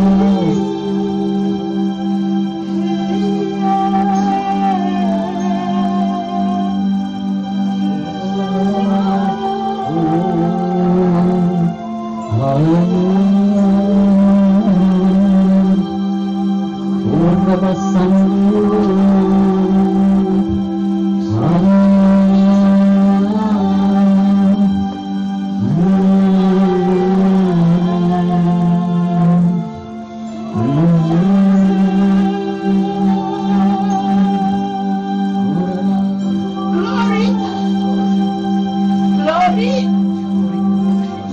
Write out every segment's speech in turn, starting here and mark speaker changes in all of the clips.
Speaker 1: Hallelujah.
Speaker 2: me.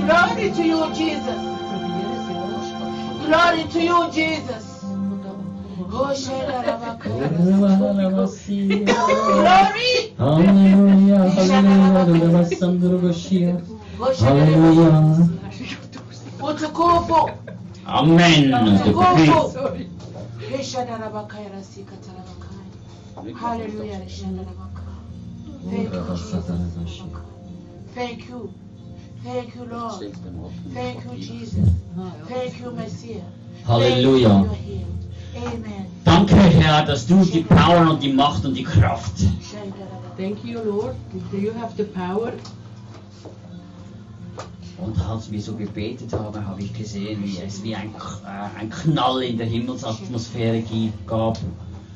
Speaker 2: Glory to you, Jesus. Glory to you, Jesus. Oh, Shadarabaka. Glory.
Speaker 3: Hallelujah, hallelujah, Sandrugoshia.
Speaker 2: Oh, Shadarabaka.
Speaker 3: Hallelujah.
Speaker 2: Utukufu.
Speaker 3: Amen.
Speaker 2: Utukufu. Hey, Shadarabaka, Yarasika, Tarabaka. Hallelujah, Shadarabaka. Thank you, Jesus. Thank you. Thank you, Lord. Thank you, Jesus. Thank you, Messiah.
Speaker 3: Halleluja.
Speaker 2: Thank you, you're here. Amen.
Speaker 3: Danke, Herr, dass du die Power und die Macht und die Kraft
Speaker 2: Shadarabaka.
Speaker 4: Thank you, Lord. Do you have the power?
Speaker 3: Und als wir so gebetet haben, habe ich gesehen, wie es wie ein, K- äh, ein Knall in der Himmelsatmosphäre gi- gab.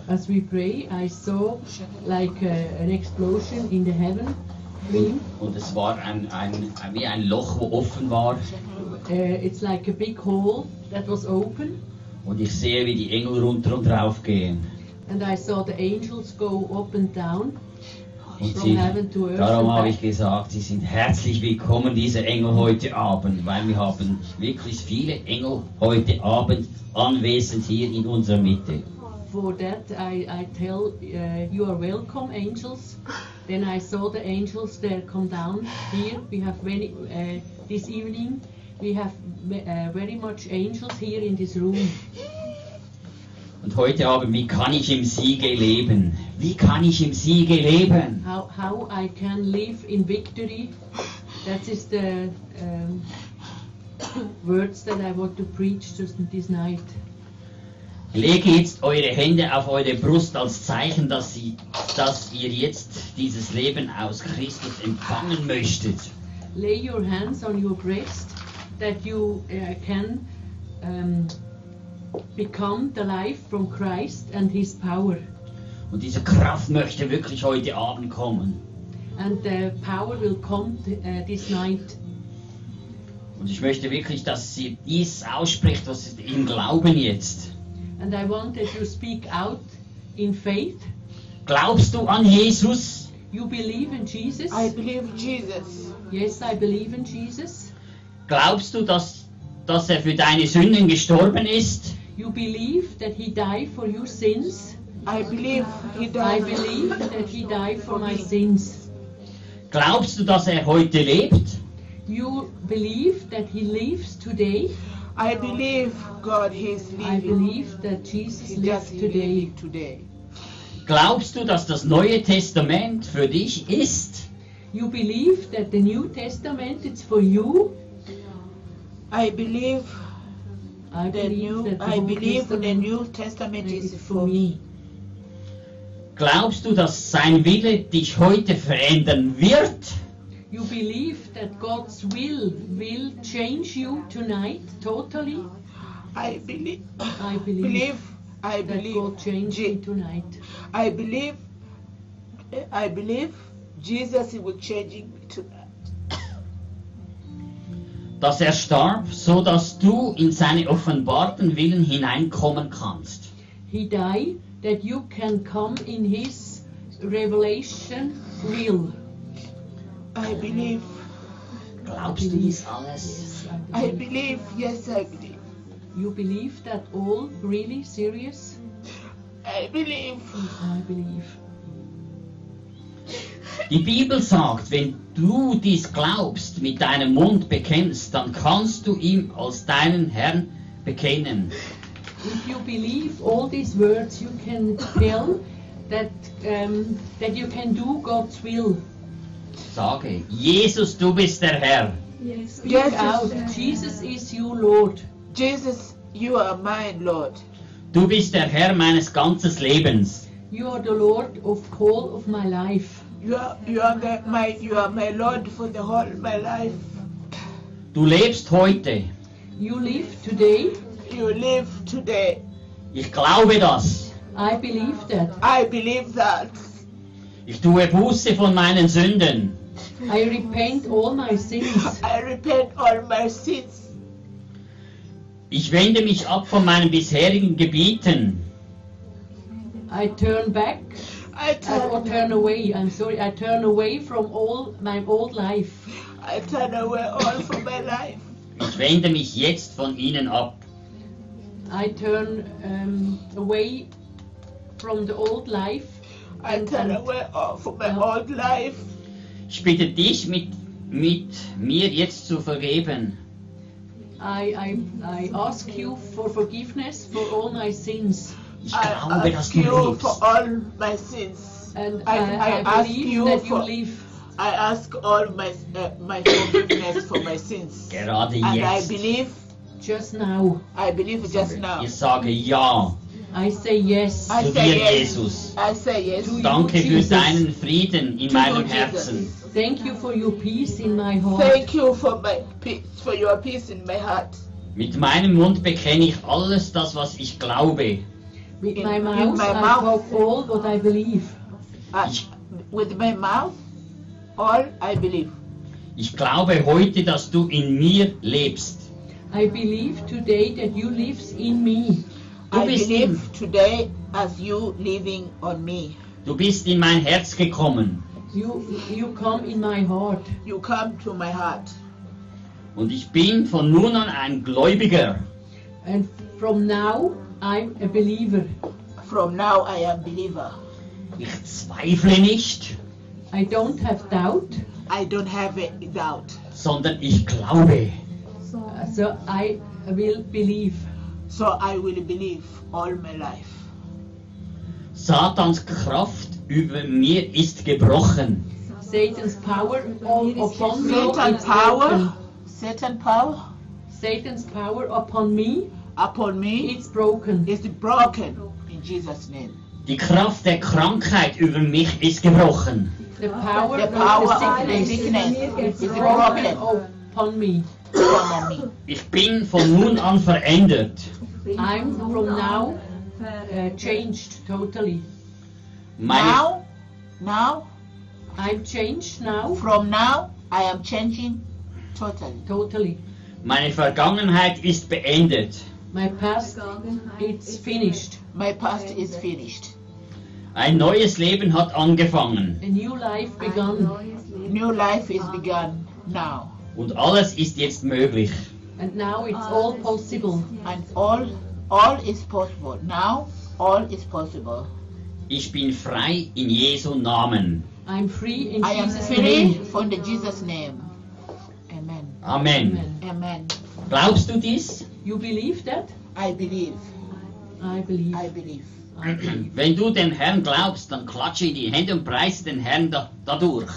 Speaker 4: As we pray, I saw like uh, an explosion in the heaven,
Speaker 3: Und, und es war ein, ein, ein, wie ein Loch, wo offen war.
Speaker 4: Uh, it's like a big hole that was open,
Speaker 3: Und ich sehe, wie die Engel runter und rauf gehen.
Speaker 4: and I saw the angels go up and down
Speaker 3: Und
Speaker 4: from
Speaker 3: sie,
Speaker 4: heaven to earth. and
Speaker 3: darum habe
Speaker 4: back.
Speaker 3: ich gesagt, sie sind herzlich willkommen, diese Engel heute Abend, weil wir haben wirklich viele Engel heute Abend anwesend hier in unserer Mitte.
Speaker 4: For that, I, I tell uh, you are welcome, angels. Then I saw the angels there come down here. We have many uh, this evening. We have uh, very much angels here in this room.
Speaker 3: Und heute Abend, wie kann ich im Siege leben? Wie kann ich im Siege leben?
Speaker 4: How how I can live in victory? That is the um, words that I want to preach just this night.
Speaker 3: Lege jetzt eure Hände auf eure Brust als Zeichen, dass, sie, dass ihr jetzt dieses Leben aus Christus empfangen möchtet.
Speaker 4: Lay your hands on your breast that you uh, can um, become the life from Christ and His power.
Speaker 3: Und diese Kraft möchte wirklich heute Abend kommen.
Speaker 4: And the power will come t- uh, this night.
Speaker 3: Und ich möchte wirklich, dass sie dies ausspricht, was sie im Glauben jetzt.
Speaker 4: And I want that you speak out in faith.
Speaker 3: Glaubst du an Jesus?
Speaker 4: You believe in Jesus.
Speaker 2: I believe Jesus.
Speaker 4: yes, I believe in Jesus.
Speaker 3: Glaubst du, dass, dass er für deine Sünden gestorben ist?
Speaker 4: You believe that He died for your sins.
Speaker 2: I believe he
Speaker 4: I
Speaker 2: died.
Speaker 4: believe that He died for my sins.
Speaker 3: Glaubst du, dass er heute lebt?
Speaker 4: You believe that He lives today.
Speaker 2: I believe God he is living.
Speaker 4: I believe that Jesus
Speaker 2: he
Speaker 4: lives
Speaker 2: just
Speaker 4: today.
Speaker 2: living today.
Speaker 3: Glaubst du, dass das Neue Testament für dich ist?
Speaker 4: You believe that the New Testament is for you.
Speaker 2: I believe
Speaker 4: I
Speaker 2: the
Speaker 4: believe
Speaker 2: new
Speaker 4: that the
Speaker 2: I
Speaker 4: Old
Speaker 2: believe the
Speaker 4: Testament
Speaker 2: New Testament
Speaker 4: is
Speaker 2: is for me.
Speaker 3: Glaubst du, dass sein Wille dich heute verändern wird?
Speaker 4: You believe that God's will will change you tonight totally?
Speaker 2: I believe
Speaker 4: I believe,
Speaker 2: believe I
Speaker 4: that God
Speaker 2: believe
Speaker 4: changed me
Speaker 2: Je-
Speaker 4: tonight.
Speaker 2: I believe I believe Jesus will change me to
Speaker 3: Dass er starb, so dass du in seine offenbarten Willen hineinkommen kannst.
Speaker 4: He died that you can come in His revelation will.
Speaker 2: I believe
Speaker 3: Glaubst du dies alles?
Speaker 2: I believe yes I believe
Speaker 4: You believe that all really serious?
Speaker 2: I believe
Speaker 4: I believe.
Speaker 3: Die Bibel sagt, wenn du dies glaubst, mit deinem Mund bekennst, dann kannst du ihm als deinen Herrn bekennen.
Speaker 4: If you believe all these words, you can tell that um, that you can do God's will.
Speaker 3: Sage, Jesus, du bist der Herr.
Speaker 5: Yes.
Speaker 2: Yes.
Speaker 4: Speak out. Jesus is your Lord.
Speaker 2: Jesus you are mine Lord
Speaker 3: Du bist der Herr meines ganzen Lebens.
Speaker 4: You are the Lord of all of my life.
Speaker 2: you are you are the, my you are my Lord for the whole of my life
Speaker 3: Du lebst heute.
Speaker 4: You live today.
Speaker 2: you live today
Speaker 3: Ich glaube das.
Speaker 4: I believe that.
Speaker 2: I believe that
Speaker 3: Ich tue Buße von meinen Sünden.
Speaker 4: I repent all my sins.
Speaker 2: I repent all my sins
Speaker 3: Ich wende mich ab von meinen bisherigen Gebieten.
Speaker 4: I turn back
Speaker 2: I
Speaker 4: I will
Speaker 2: turn,
Speaker 4: turn away. I'm sorry. I turn away from all my old life.
Speaker 2: I turn away all from my life.
Speaker 3: Ich wende mich jetzt von ihnen ab.
Speaker 4: I turn um, away from the old life.
Speaker 2: I
Speaker 4: And-
Speaker 2: turn
Speaker 4: and-
Speaker 2: away all from my
Speaker 4: Oh.
Speaker 2: old life.
Speaker 3: Ich bitte dich, mit, mit mir jetzt zu vergeben.
Speaker 4: I, I, I ask you for forgiveness for all my sins.
Speaker 3: Ich
Speaker 2: I
Speaker 3: glaube, dass
Speaker 2: ask
Speaker 3: du
Speaker 2: you for
Speaker 3: lebst.
Speaker 2: all my sins.
Speaker 4: And
Speaker 2: I- I
Speaker 4: I, I,
Speaker 2: ask
Speaker 4: believe
Speaker 2: you
Speaker 4: that you
Speaker 2: for-
Speaker 4: live.
Speaker 2: I ask all my uh, my forgiveness for my sins.
Speaker 3: Gerade
Speaker 2: And I
Speaker 3: jetzt.
Speaker 2: believe,
Speaker 4: just now.
Speaker 2: I believe just now.
Speaker 3: Ich sage ja
Speaker 4: I say yes.
Speaker 2: I
Speaker 3: zu
Speaker 2: say
Speaker 3: dir,
Speaker 2: yes.
Speaker 3: Jesus.
Speaker 2: I say yes.
Speaker 4: Do you-
Speaker 3: Danke für
Speaker 4: Jesus.
Speaker 3: deinen Frieden in
Speaker 2: To you,
Speaker 3: meinem
Speaker 2: Jesus.
Speaker 3: Herzen.
Speaker 4: Thank you for your peace in my heart.
Speaker 2: Thank you for my peace, for your peace in my heart.
Speaker 3: Mit meinem Mund bekenne ich alles das, was ich glaube.
Speaker 4: With
Speaker 2: In-
Speaker 4: my
Speaker 2: in
Speaker 4: mouth,
Speaker 2: my
Speaker 4: I
Speaker 2: mouth.
Speaker 4: talk all what I believe.
Speaker 2: I, with my mouth, all I believe.
Speaker 3: Ich glaube heute, dass du in mir lebst.
Speaker 4: I believe today that you lives in me.
Speaker 2: I
Speaker 3: Du bist
Speaker 2: believe
Speaker 3: in,
Speaker 2: today as you living on me.
Speaker 3: du bist in mein Herz gekommen
Speaker 4: You you come in my heart,
Speaker 2: You come to my heart.
Speaker 3: und ich bin von nun an ein Gläubiger.
Speaker 4: and from now I'm a believer.
Speaker 2: From now I am believer.
Speaker 3: Ich zweifle nicht,
Speaker 4: I don't have doubt,
Speaker 2: I don't have a doubt.
Speaker 3: sondern ich glaube.
Speaker 4: uh, so I will believe.
Speaker 2: So I will believe all my life.
Speaker 3: Satans Kraft über mir ist gebrochen.
Speaker 4: Satan's power all upon me.
Speaker 2: Satan
Speaker 4: is
Speaker 2: power,
Speaker 4: broken.
Speaker 2: Satan power
Speaker 4: Satan's power upon me.
Speaker 2: upon me
Speaker 4: It's broken.
Speaker 2: is broken in Jesus' name.
Speaker 3: Die Kraft der Krankheit über mich ist gebrochen.
Speaker 4: The power,
Speaker 2: The power
Speaker 4: of
Speaker 2: of
Speaker 4: the
Speaker 2: the
Speaker 4: sickness.
Speaker 2: sickness
Speaker 4: It's
Speaker 2: is
Speaker 4: broken
Speaker 2: broken
Speaker 4: upon me.
Speaker 2: upon me.
Speaker 3: Ich bin von nun an verändert.
Speaker 4: I'm from now uh, changed totally.
Speaker 3: Meine,
Speaker 2: Now, now,
Speaker 4: I'm changed now
Speaker 2: from now, I am changing totally.
Speaker 4: totally.
Speaker 3: meine Vergangenheit ist beendet.
Speaker 4: My past it's finished.
Speaker 2: My past is finished.
Speaker 3: Ein neues Leben hat angefangen
Speaker 4: A new life begun,
Speaker 2: New life is begun now,
Speaker 3: und alles ist jetzt möglich.
Speaker 4: and now it's all possible.
Speaker 2: and all, all is possible. Now, all is possible.
Speaker 3: Ich bin frei in Jesu Namen.
Speaker 4: I'm free in
Speaker 2: I am
Speaker 4: Jesus'
Speaker 2: free
Speaker 4: name.
Speaker 2: from the Jesus name. Amen.
Speaker 3: Amen.
Speaker 4: Amen.
Speaker 2: Amen.
Speaker 3: Glaubst du dies?
Speaker 4: You believe that?
Speaker 2: I believe.
Speaker 4: I believe.
Speaker 2: I believe.
Speaker 4: I believe.
Speaker 3: Wenn du dem Herrn glaubst, dann klatsche in die Hände und preise den Herrn da, dadurch.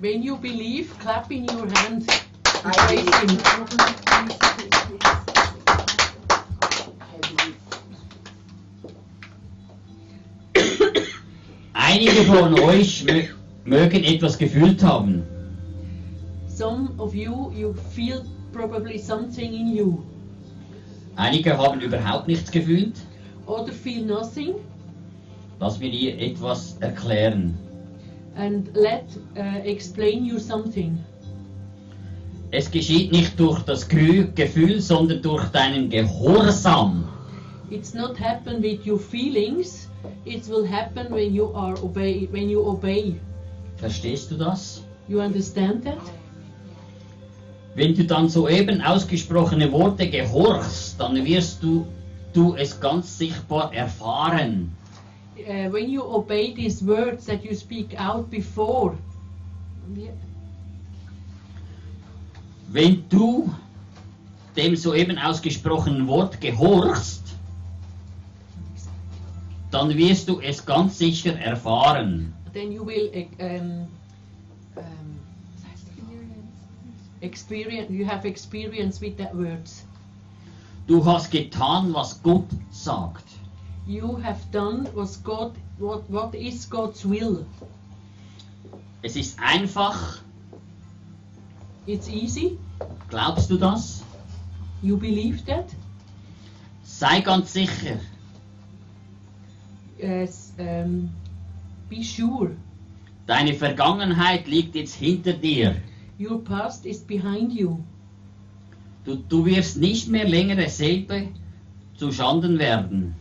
Speaker 4: When you believe, clap in your hands.
Speaker 2: I
Speaker 4: Praise
Speaker 2: believe.
Speaker 4: Him.
Speaker 2: I believe.
Speaker 3: Einige von euch mö mögen etwas gefühlt haben.
Speaker 4: Some of you, you feel probably something in you.
Speaker 3: Einige haben überhaupt nichts gefühlt.
Speaker 4: Others feel nothing,
Speaker 3: Lass mir dir etwas erklären.
Speaker 4: and let uh, explain you something.
Speaker 3: Es geschieht nicht durch das Gü- Gefühl, sondern durch deinen Gehorsam.
Speaker 4: It's not happen with your feelings. It will happen when you are obey. When you obey,
Speaker 3: Verstehst du das?
Speaker 4: you understand that.
Speaker 3: Wenn du dann soeben ausgesprochene Worte gehorchst, dann wirst du, du es ganz sichtbar erfahren.
Speaker 4: Uh, when you obey these words that you speak out before,
Speaker 3: Wenn du dem soeben ausgesprochenen Wort gehorchst, dann wirst du es ganz sicher erfahren.
Speaker 4: then you will eh, um, um, experience. You have experience with that words.
Speaker 3: Du hast getan, was Gott sagt.
Speaker 4: You have done what God. What what is God's will?
Speaker 3: Es ist einfach.
Speaker 4: It's easy.
Speaker 3: Glaubst du das?
Speaker 4: You believe that.
Speaker 3: Sei ganz sicher.
Speaker 4: Yes. Um, be sure.
Speaker 3: Deine Vergangenheit liegt jetzt hinter dir.
Speaker 4: Your past is behind you.
Speaker 3: Du, du wirst nicht mehr länger dasselbe zu Schanden werden.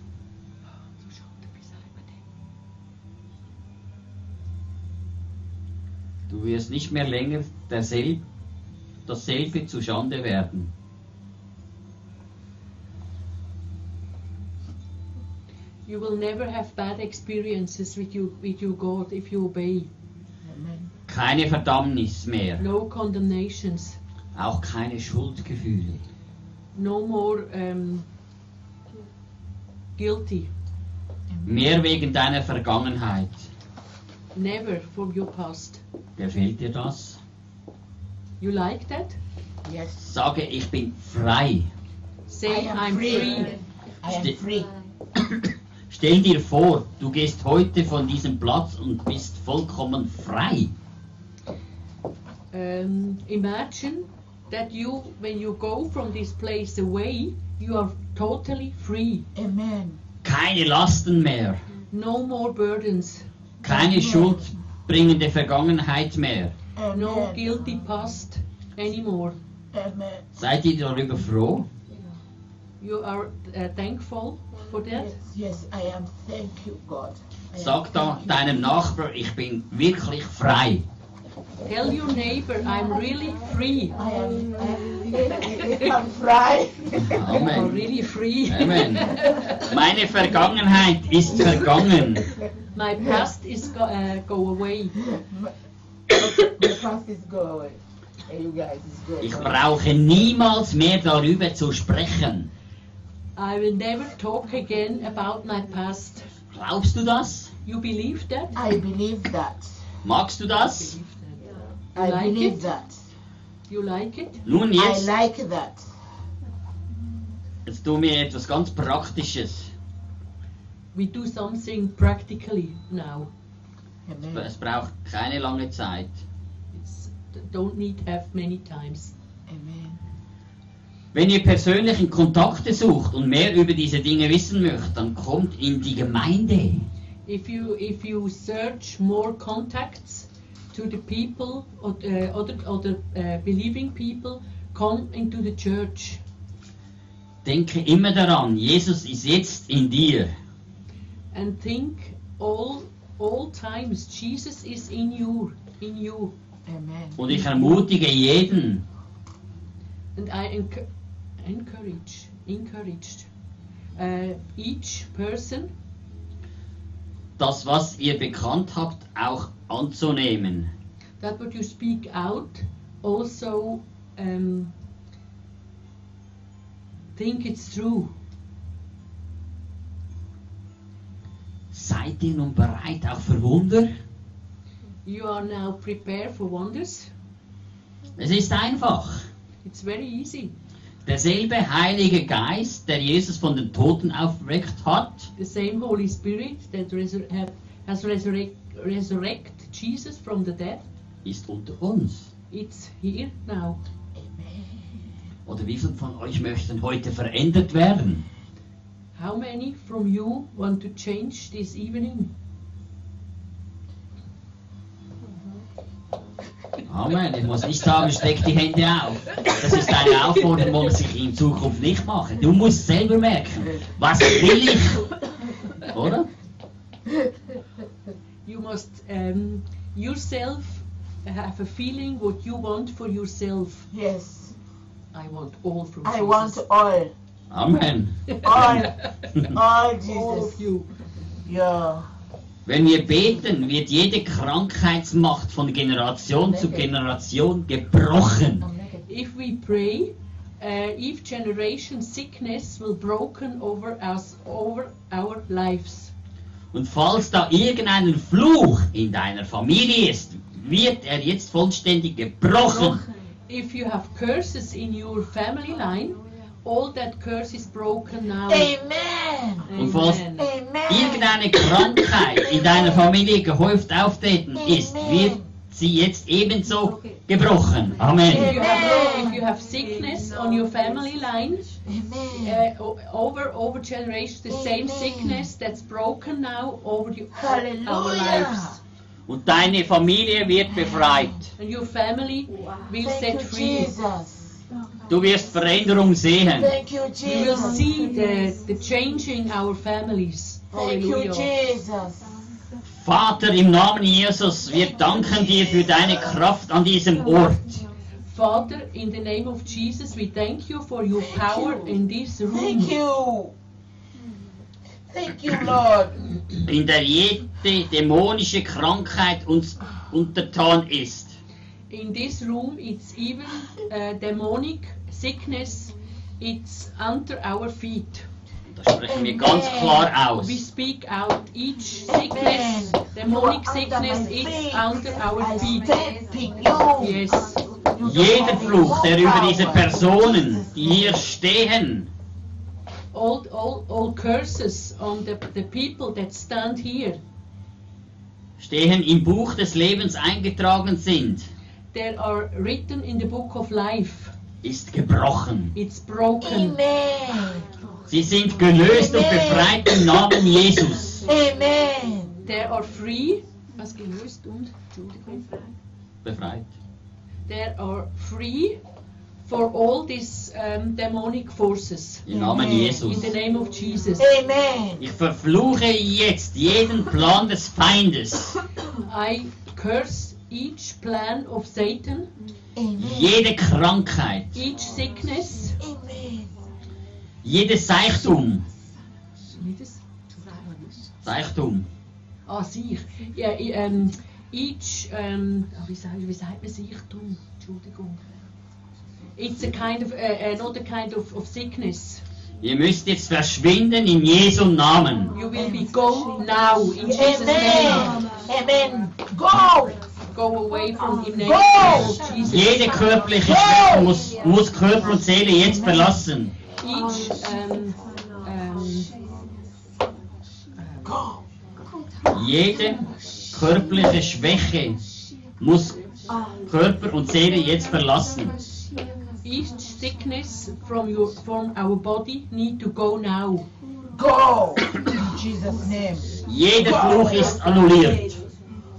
Speaker 3: Du wirst nicht mehr länger derselb, dasselbe zu Schande werden.
Speaker 4: You will never have bad experiences with you with your God if you obey.
Speaker 3: Keine Verdammnis mehr,
Speaker 4: No condemnations.
Speaker 3: auch keine Schuldgefühle.
Speaker 4: No more um, guilty.
Speaker 3: Mehr wegen deiner Vergangenheit.
Speaker 4: Never for your past.
Speaker 3: Gefällt dir das?
Speaker 4: You like that?
Speaker 1: Yes.
Speaker 3: Sage, ich bin frei.
Speaker 4: Say
Speaker 1: I am
Speaker 4: I'm
Speaker 1: free.
Speaker 4: free.
Speaker 1: I am
Speaker 3: Ste-
Speaker 1: free.
Speaker 3: Stell dir vor, du gehst heute von diesem Platz und bist vollkommen frei.
Speaker 4: Um, imagine that you when you go from this place away, you are totally free.
Speaker 1: Amen.
Speaker 3: Keine Lasten mehr,
Speaker 4: No more burdens.
Speaker 3: keine schuldbringende Vergangenheit mehr.
Speaker 1: Amen.
Speaker 4: No guilty past anymore.
Speaker 1: Amen.
Speaker 3: Seid ihr darüber froh?
Speaker 4: You are uh, thankful for that.
Speaker 1: Yes, yes, I am. Thank you, God. I am
Speaker 3: Sag da
Speaker 1: thank you.
Speaker 3: deinem Nachbar, ich bin wirklich frei.
Speaker 4: Tell your neighbor I'm really free.
Speaker 1: I am, I am, I am frei.
Speaker 4: You are
Speaker 3: Amen.
Speaker 4: really free.
Speaker 3: Amen. Meine Vergangenheit ist vergangen.
Speaker 4: My past is go, uh, go away.
Speaker 1: The past is go away. Hey, you guys, it's go
Speaker 3: Ich
Speaker 1: away.
Speaker 3: brauche niemals mehr darüber zu sprechen.
Speaker 4: I will never talk again about my past.
Speaker 3: Glaubst du das?
Speaker 4: You believe that?
Speaker 1: I believe that.
Speaker 3: Magst du das?
Speaker 1: I
Speaker 4: like
Speaker 1: believe
Speaker 4: it?
Speaker 1: that.
Speaker 4: You like it?
Speaker 3: Nun
Speaker 1: I
Speaker 3: jetzt,
Speaker 1: like that.
Speaker 3: jetzt tu mir etwas ganz Praktisches.
Speaker 4: We do something practically now.
Speaker 1: Amen.
Speaker 3: Es braucht keine lange Zeit.
Speaker 4: It's, don't need have many times.
Speaker 1: Amen.
Speaker 3: Wenn ihr persönlichen Kontakte sucht und mehr über diese Dinge wissen möchtet, dann kommt in die Gemeinde.
Speaker 4: If you if you search more contacts to the people or uh, other other uh, believing people, come into the church.
Speaker 3: Denke immer daran, Jesus ist jetzt in dir.
Speaker 4: and think all all times Jesus is in you in you
Speaker 1: Amen.
Speaker 3: Und ich ermutige jeden,
Speaker 4: and I enc- encourage encouraged uh, each person
Speaker 3: das, was ihr bekannt habt, auch anzunehmen.
Speaker 4: that what you speak out also um, think it's true
Speaker 3: Seid ihr nun bereit auch für Wunder?
Speaker 4: you are now prepared for wonders
Speaker 3: Es ist einfach.
Speaker 4: it's very easy
Speaker 3: Derselbe Heilige Geist, der Jesus von den Toten aufgeweckt hat,
Speaker 4: the same Holy Spirit that resur- have, has resurrect, resurrect Jesus from the dead
Speaker 3: ist unter uns.
Speaker 4: it's here now
Speaker 3: Oder wie viele von euch möchten heute verändert werden?
Speaker 4: How many from you want to change this evening?
Speaker 3: Amen. Ich muss nicht sagen, steck die Hände auf. Das ist eine Aufforderung, die man sich in Zukunft nicht machen. Du musst selber merken, was will ich? Oder?
Speaker 4: You must um, yourself have a feeling what you want for yourself.
Speaker 1: Yes,
Speaker 4: I want all from
Speaker 1: I
Speaker 4: Jesus.
Speaker 1: want all,
Speaker 3: Amen.
Speaker 1: all, all
Speaker 4: all of
Speaker 1: Jesus.
Speaker 4: you.
Speaker 1: Yeah.
Speaker 3: Wenn wir beten, wird jede Krankheitsmacht von Generation zu Generation gebrochen.
Speaker 4: If we pray, uh, each generation sickness will broken over us, over our lives.
Speaker 3: Und falls da irgendein Fluch in deiner Familie ist, wird er jetzt vollständig gebrochen.
Speaker 4: If you have curses in your family line, all that curse is broken now.
Speaker 1: Amen.
Speaker 3: Und falls-
Speaker 4: Amen.
Speaker 1: Amen.
Speaker 3: Irgendeine Krankheit in deiner Familie gehäuft auftreten ist, wird sie jetzt ebenso gebrochen.
Speaker 4: If
Speaker 3: Amen.
Speaker 4: you, have, if you have sickness on your family line,
Speaker 1: Amen.
Speaker 4: uh, o- over over generations, the same
Speaker 1: Amen.
Speaker 4: sickness that's broken now over the, our
Speaker 1: Hallelujah.
Speaker 4: lives,
Speaker 3: Und deine Familie wird befreit.
Speaker 4: and your family will set
Speaker 1: Thank you,
Speaker 4: free.
Speaker 1: Jesus.
Speaker 3: Du wirst Veränderung sehen.
Speaker 1: Thank you,
Speaker 4: You will
Speaker 1: Jesus.
Speaker 4: see the the change in our families.
Speaker 1: Thank you,
Speaker 4: Hallelujah.
Speaker 1: Jesus.
Speaker 3: Vater, im Namen Jesus, wir danken dir für deine Kraft an diesem Ort.
Speaker 4: Father, in the name of Jesus, we thank you for your power
Speaker 1: you.
Speaker 4: in this room.
Speaker 1: Thank you. Thank you, Lord.
Speaker 3: in der jede dämonische Krankheit uns untertan ist.
Speaker 4: In this room, it's even uh, demonic sickness. It's under our feet.
Speaker 3: Das sprechen wir ganz klar
Speaker 4: We
Speaker 3: aus.
Speaker 4: speak out each sickness,
Speaker 1: Amen.
Speaker 4: demonic
Speaker 1: You are under my
Speaker 4: sickness. It's
Speaker 1: feet.
Speaker 4: under
Speaker 1: I
Speaker 4: our feet.
Speaker 1: stand in you.
Speaker 4: Yes.
Speaker 3: Jeder Fluch, der über diese Personen, die hier stehen,
Speaker 4: All, all, all curses on the, the people that stand here.
Speaker 3: stehen im Buch des Lebens eingetragen sind,
Speaker 4: They are written in the book of life.
Speaker 3: ist gebrochen.
Speaker 4: It's broken.
Speaker 1: Amen.
Speaker 3: Sie sind gelöst und befreit im Namen Jesus.
Speaker 1: Amen.
Speaker 4: They are free. Was gelöst und? Entschuldigung.
Speaker 3: Befreit.
Speaker 4: They are free for all these um, demonic forces.
Speaker 3: Im Namen Jesus.
Speaker 4: In the name of Jesus.
Speaker 1: Amen.
Speaker 3: Ich verfluche jetzt jeden Plan des Feindes,
Speaker 4: I curse each plan of Satan,
Speaker 1: Amen.
Speaker 3: jede Krankheit,
Speaker 4: each sickness.
Speaker 1: Amen.
Speaker 3: jedes Seichtum.
Speaker 4: Jedes-
Speaker 3: Seichtum.
Speaker 4: Ah, sich. Ja, i- ähm, each, ähm, ah, wie, sagt, wie sagt man Sichtum? Entschuldigung. It's a kind of, uh, another kind of, of sickness.
Speaker 3: Ihr müsst jetzt verschwinden in Jesu Namen.
Speaker 4: You will be gone now in Jesus' name.
Speaker 1: Amen. Amen. Go.
Speaker 4: Go away from him
Speaker 1: Go!
Speaker 4: now. Oh, Jesus.
Speaker 3: Jede körperliche Schwäche muss, muss Körper und Seele jetzt verlassen.
Speaker 4: Each, ähm, ähm,
Speaker 1: Go.
Speaker 3: Jede körperliche Schwäche muss
Speaker 4: Um,
Speaker 3: Körper und Seele jetzt verlassen.
Speaker 4: each sickness from your from our body need to go now.
Speaker 1: Go. In Jesus' name.
Speaker 3: Jeder Fluch ist annulliert.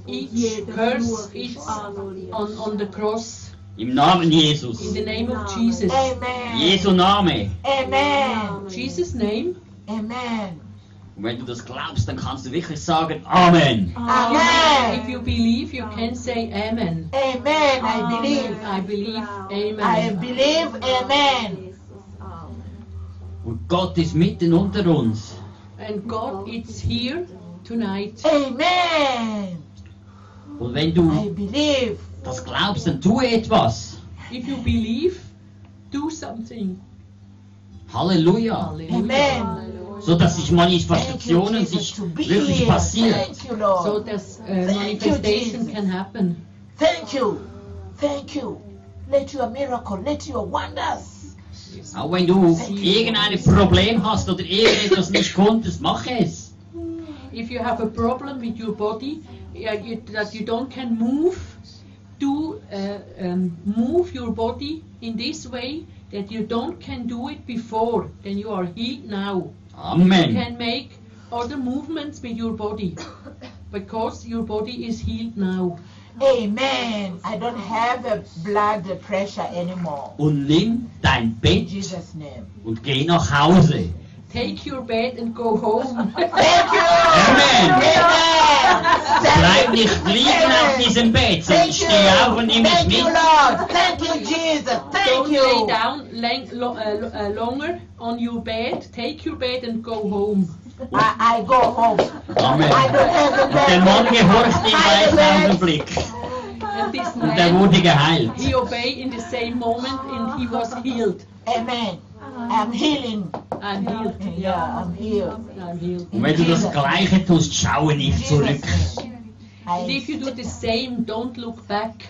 Speaker 4: Each curse is on, on the cross
Speaker 3: Im Namen
Speaker 4: in
Speaker 3: Jesus.
Speaker 4: the name of Jesus.
Speaker 1: Amen.
Speaker 3: Jesu Name.
Speaker 1: Amen.
Speaker 4: Jesus' name.
Speaker 1: Amen.
Speaker 3: Und wenn du das glaubst, dann kannst du wirklich sagen Amen.
Speaker 1: Amen.
Speaker 4: If you believe, you can say Amen.
Speaker 1: Amen. I believe.
Speaker 4: I believe. Amen.
Speaker 1: I believe. Amen.
Speaker 3: Und Gott ist mitten unter uns.
Speaker 4: and God is here tonight.
Speaker 1: Amen.
Speaker 3: Und wenn
Speaker 1: I
Speaker 3: du
Speaker 1: believe.
Speaker 3: das glaubst, dann tue etwas.
Speaker 4: If you believe, do something.
Speaker 3: Halleluja.
Speaker 4: Hallelujah.
Speaker 1: Amen.
Speaker 3: so dass sich
Speaker 1: Thank you,
Speaker 3: Manifestationen
Speaker 1: Jesus,
Speaker 3: sich
Speaker 1: to be
Speaker 3: wirklich
Speaker 1: here.
Speaker 3: passieren.
Speaker 1: Thank you,
Speaker 4: So
Speaker 1: Lord.
Speaker 4: that uh,
Speaker 1: you,
Speaker 4: manifestation
Speaker 1: Jesus.
Speaker 4: can happen.
Speaker 1: Thank you. Thank you. Let your miracle, let your wonders.
Speaker 3: Auch wenn du irgendein Problem hast oder irgendetwas nicht konntest, mach es.
Speaker 4: If you have a problem with your body, yeah, you, that you don't can move, do uh, um, move your body in this way that you don't can do it before. Then you are healed now. You
Speaker 3: Amen.
Speaker 4: can make other movements with your body because your body is healed now.
Speaker 1: Amen. I don't have a blood pressure anymore.
Speaker 3: Und nimm dein
Speaker 1: In
Speaker 3: Bett
Speaker 1: Jesus' name.
Speaker 3: und geh nach Hause.
Speaker 4: Take your bed and go home.
Speaker 1: Thank you.
Speaker 3: Amen.
Speaker 1: Amen.
Speaker 3: Bleib nicht liegen auf diesem Bett, sondern
Speaker 1: Thank you.
Speaker 3: steh auf und nimm dich
Speaker 1: Thank you,
Speaker 3: mit.
Speaker 1: Lord. Thank you, Jesus. Thank
Speaker 4: Don't lay
Speaker 1: you.
Speaker 4: down lang- lo- uh, lo- uh, longer on your bed. Take your bed and go home.
Speaker 1: I, I go home.
Speaker 3: Amen.
Speaker 1: I don't have a
Speaker 3: Und der Mann
Speaker 1: bed.
Speaker 3: gehorcht im gleichen Augenblick.
Speaker 4: And this
Speaker 3: Und er
Speaker 4: man,
Speaker 3: wurde geheilt.
Speaker 4: he obeyed in the same moment and he was healed.
Speaker 1: Amen.
Speaker 4: Uh-huh.
Speaker 1: I'm healing.
Speaker 4: I'm healed.
Speaker 1: Yeah, I'm healed.
Speaker 4: I'm healed.
Speaker 3: Und wenn du das Gleiche tust, schaue nicht zurück.
Speaker 1: Jesus' name.
Speaker 4: And if
Speaker 1: I,
Speaker 4: you do the same, don't look back.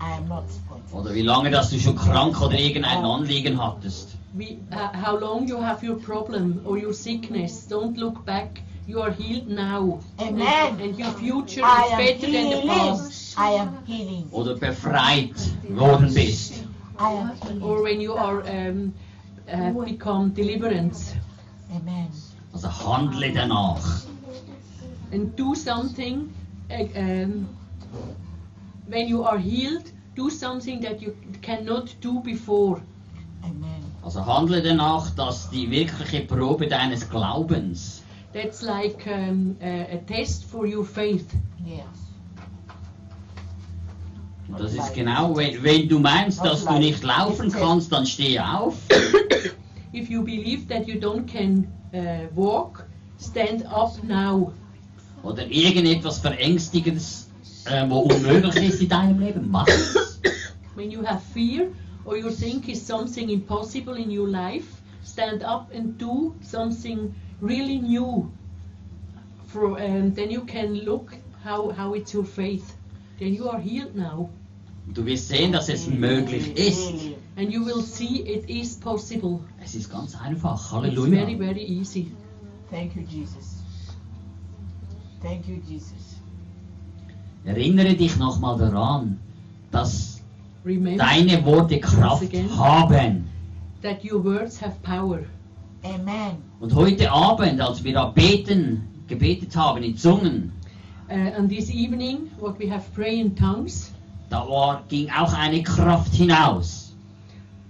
Speaker 1: I am not spoiled.
Speaker 3: Oder wie lange, dass du schon krank oder irgendein Anliegen hattest.
Speaker 4: We, uh, how long you have your problem or your sickness, don't look back. You are healed now.
Speaker 1: Amen.
Speaker 4: And your future
Speaker 1: I
Speaker 4: is
Speaker 1: am
Speaker 4: better than the
Speaker 1: healing.
Speaker 4: past.
Speaker 1: I am healing.
Speaker 3: oder befreit worden bist.
Speaker 1: I am healing.
Speaker 4: Or when you are um, uh, become deliverance
Speaker 1: Amen.
Speaker 3: Also handle danach.
Speaker 4: and do something. uh, Um, when you are healed, do something that you cannot do before.
Speaker 1: Amen.
Speaker 3: Also handle danach, dass die wirkliche Probe deines Glaubens
Speaker 4: That's like um, a, a test for your faith.
Speaker 2: Yes.
Speaker 3: Und das ist genau, wenn, wenn du meinst, dass du nicht laufen kannst, dann steh auf.
Speaker 4: If you believe that you don't can uh, walk, stand up now.
Speaker 3: Oder irgendetwas Verängstigendes, äh, wo unmöglich ist in deinem Leben. Mach es.
Speaker 4: When you have fear or you think is something impossible in your life, stand up and do something really new. For and then you can look how how it's your faith. Then you are healed now,
Speaker 3: Du wirst sehen, dass es möglich ist.
Speaker 4: and you will see it is possible.
Speaker 3: Es ist ganz einfach.
Speaker 4: It's very
Speaker 3: Halleluja.
Speaker 4: very easy.
Speaker 2: Thank you, Jesus. Thank you, Jesus.
Speaker 3: Erinnere dich nochmal daran, dass
Speaker 4: Remember
Speaker 3: deine Worte Kraft haben.
Speaker 4: that your words have power.
Speaker 2: Amen.
Speaker 3: Und heute Abend, als wir da beten, gebetet haben in Zungen,
Speaker 4: Uh, and this evening, what we have pray in tongues,
Speaker 3: da war, ging auch eine Kraft hinaus.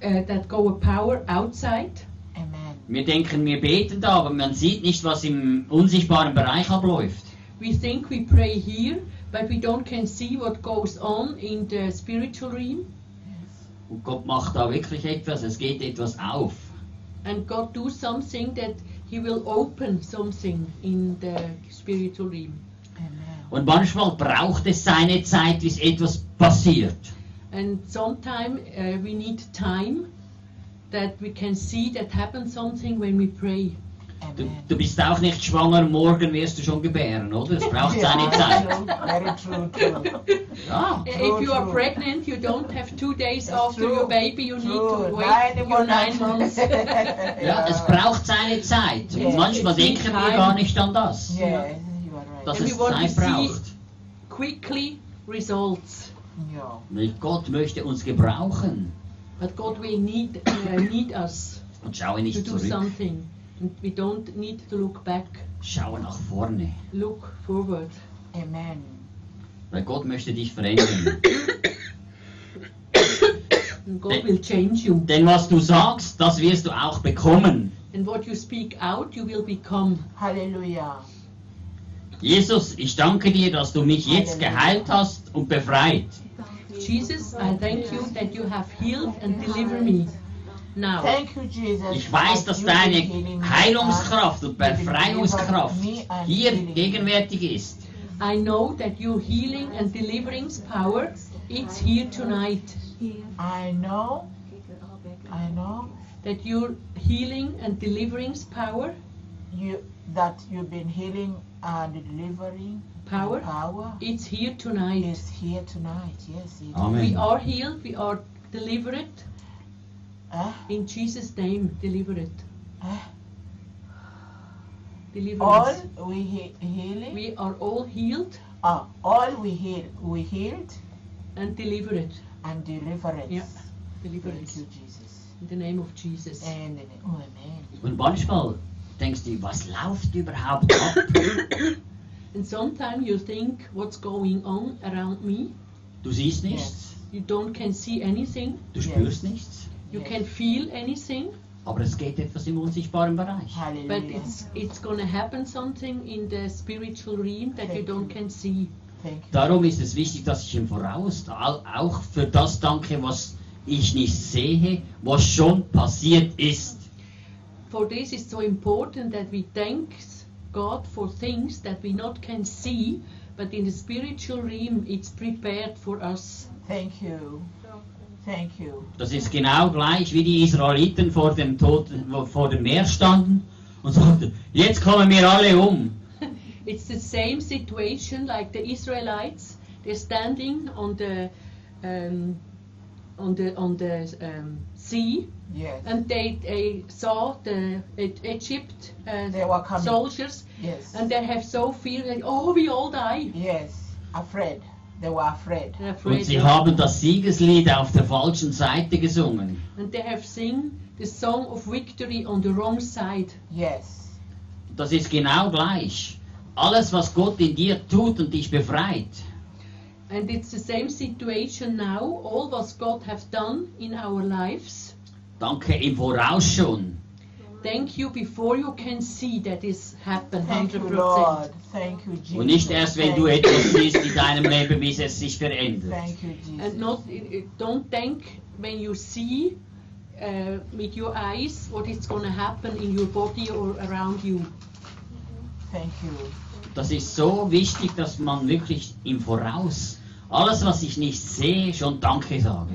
Speaker 4: uh, that go a power outside.
Speaker 2: Amen.
Speaker 3: Wir denken, wir beten da, aber man sieht nicht, was im unsichtbaren Bereich abläuft.
Speaker 4: We think we pray here, but we don't can see what goes on in the spiritual realm.
Speaker 3: Und Gott macht da wirklich etwas, es geht etwas auf.
Speaker 4: And God do something that He will open something in the spiritual realm.
Speaker 2: Amen.
Speaker 3: Und manchmal braucht es seine Zeit, bis etwas passiert.
Speaker 4: And sometime uh, we need time that we can see that happen something when we pray.
Speaker 3: Du,
Speaker 2: Amen.
Speaker 3: du bist auch nicht schwanger, morgen wirst du schon gebären, oder? Es braucht seine Zeit.
Speaker 2: Yeah, true, very true, true.
Speaker 3: Ja.
Speaker 4: If you are
Speaker 2: true.
Speaker 4: pregnant, you don't have two days
Speaker 2: That's
Speaker 4: after
Speaker 2: true.
Speaker 4: your baby. You need
Speaker 2: True.
Speaker 4: to wait
Speaker 2: Nine
Speaker 4: your
Speaker 2: months.
Speaker 4: nine months.
Speaker 3: Ja, es braucht seine Zeit. Und
Speaker 2: Ja.
Speaker 3: manchmal denken wir gar nicht an
Speaker 2: Yes,
Speaker 3: das,
Speaker 2: you are right.
Speaker 3: dass
Speaker 4: Ja, wir
Speaker 3: es
Speaker 4: wollen
Speaker 3: Zeit
Speaker 4: sie-
Speaker 3: braucht.
Speaker 4: Quickly results.
Speaker 2: Ja.
Speaker 3: Und Gott möchte uns gebrauchen.
Speaker 4: But God will need uh, need us
Speaker 3: Und schaue
Speaker 4: to
Speaker 3: nicht
Speaker 4: do
Speaker 3: zurück,
Speaker 4: something. And we don't need to look back.
Speaker 3: schaue nach vorne.
Speaker 4: Look forward.
Speaker 2: Amen.
Speaker 3: Weil Gott möchte dich verändern.
Speaker 4: And God will change you.
Speaker 3: Denn was du sagst, das wirst du auch bekommen.
Speaker 4: And what you speak out, you will become.
Speaker 2: Hallelujah.
Speaker 3: Jesus, ich danke dir, dass du mich jetzt
Speaker 2: Halleluja.
Speaker 3: geheilt hast und befreit.
Speaker 4: Jesus, I thank you that you have healed and delivered me. Now,
Speaker 2: Thank you, Jesus.
Speaker 3: Ich weiß, dass deine Heilungskraft und Befreiungskraft hier gegenwärtig ist.
Speaker 4: I know that your healing and deliverings power it's here tonight.
Speaker 2: I know, I know
Speaker 4: That your healing and deliverings power
Speaker 2: you that you've been healing and delivering.
Speaker 4: power
Speaker 2: Power
Speaker 4: it's here tonight.
Speaker 2: is here tonight. Yes, it is.
Speaker 4: We
Speaker 3: Amen.
Speaker 4: are healed, we are delivered.
Speaker 3: Ah.
Speaker 2: Eh?
Speaker 4: In Jesus' name, deliver it.
Speaker 2: Eh?
Speaker 4: Deliver
Speaker 2: All
Speaker 4: us.
Speaker 2: we he- healing.
Speaker 4: We are all healed
Speaker 2: ah, all we heal. We healed
Speaker 4: and deliver it.
Speaker 2: and deliverance.
Speaker 4: Yeah. Deliver
Speaker 2: Thank
Speaker 4: it.
Speaker 2: you, Jesus.
Speaker 4: In the name of Jesus.
Speaker 2: And oh, amen.
Speaker 3: Und manchmal denkst du, was läuft überhaupt ab?
Speaker 4: And sometimes you think what's going on around me.
Speaker 3: Du siehst nichts,
Speaker 4: You don't can see anything.
Speaker 3: du spürst nichts,
Speaker 4: You
Speaker 2: Yes.
Speaker 4: can feel anything.
Speaker 3: aber es geht etwas im unsichtbaren Bereich.
Speaker 2: Hallelujah.
Speaker 4: But it's it's gonna happen something in the spiritual realm that you
Speaker 2: Thank
Speaker 4: don't
Speaker 2: you.
Speaker 4: can see.
Speaker 2: Thank you.
Speaker 3: Darum ist es wichtig, dass ich im Voraus all- auch für das danke, was ich nicht sehe, was schon passiert ist.
Speaker 4: For this it's so important that we thank God for things that we not can see, but in the spiritual realm it's prepared for us.
Speaker 2: Thank you. Thank you.
Speaker 3: Das ist genau gleich, wie die Israeliten vor dem, Tod, vor dem Meer standen und sagten, jetzt kommen wir alle um.
Speaker 4: It's the same situation like the Israelites. They're standing on the um, on the on the um, sea,
Speaker 2: Yes.
Speaker 4: and they, they saw the E- Egypt uh,
Speaker 2: They were coming.
Speaker 4: soldiers,
Speaker 2: yes.
Speaker 4: and they have so fear that oh we all die.
Speaker 2: yes. Afraid. They were afraid.
Speaker 4: They're
Speaker 3: Und
Speaker 4: afraid,
Speaker 3: sie haben das Siegeslied auf der falschen Seite gesungen.
Speaker 4: and they have sing the song of victory on the wrong side.
Speaker 2: Yes.
Speaker 3: Das ist genau gleich. Alles, was Gott in dir tut und dich befreit,
Speaker 4: And it's the same situation now. All what God have done in our lives,
Speaker 3: danke im Voraus schon.
Speaker 4: Thank you before you can see that is happen
Speaker 2: Thank you,
Speaker 4: 100%.
Speaker 2: Lord. Thank you, Jesus.
Speaker 3: Und nicht erst, wenn du
Speaker 2: Thank you.
Speaker 3: etwas siehst in deinem Leben, bis es sich verändert.
Speaker 2: Thank you, Jesus.
Speaker 4: And not, uh, don't think when you see uh, with your eyes what is going to happen in your body or around you.
Speaker 2: Thank you.
Speaker 3: Das ist so wichtig, dass man wirklich im Voraus alles, was ich nicht sehe, schon Danke sage.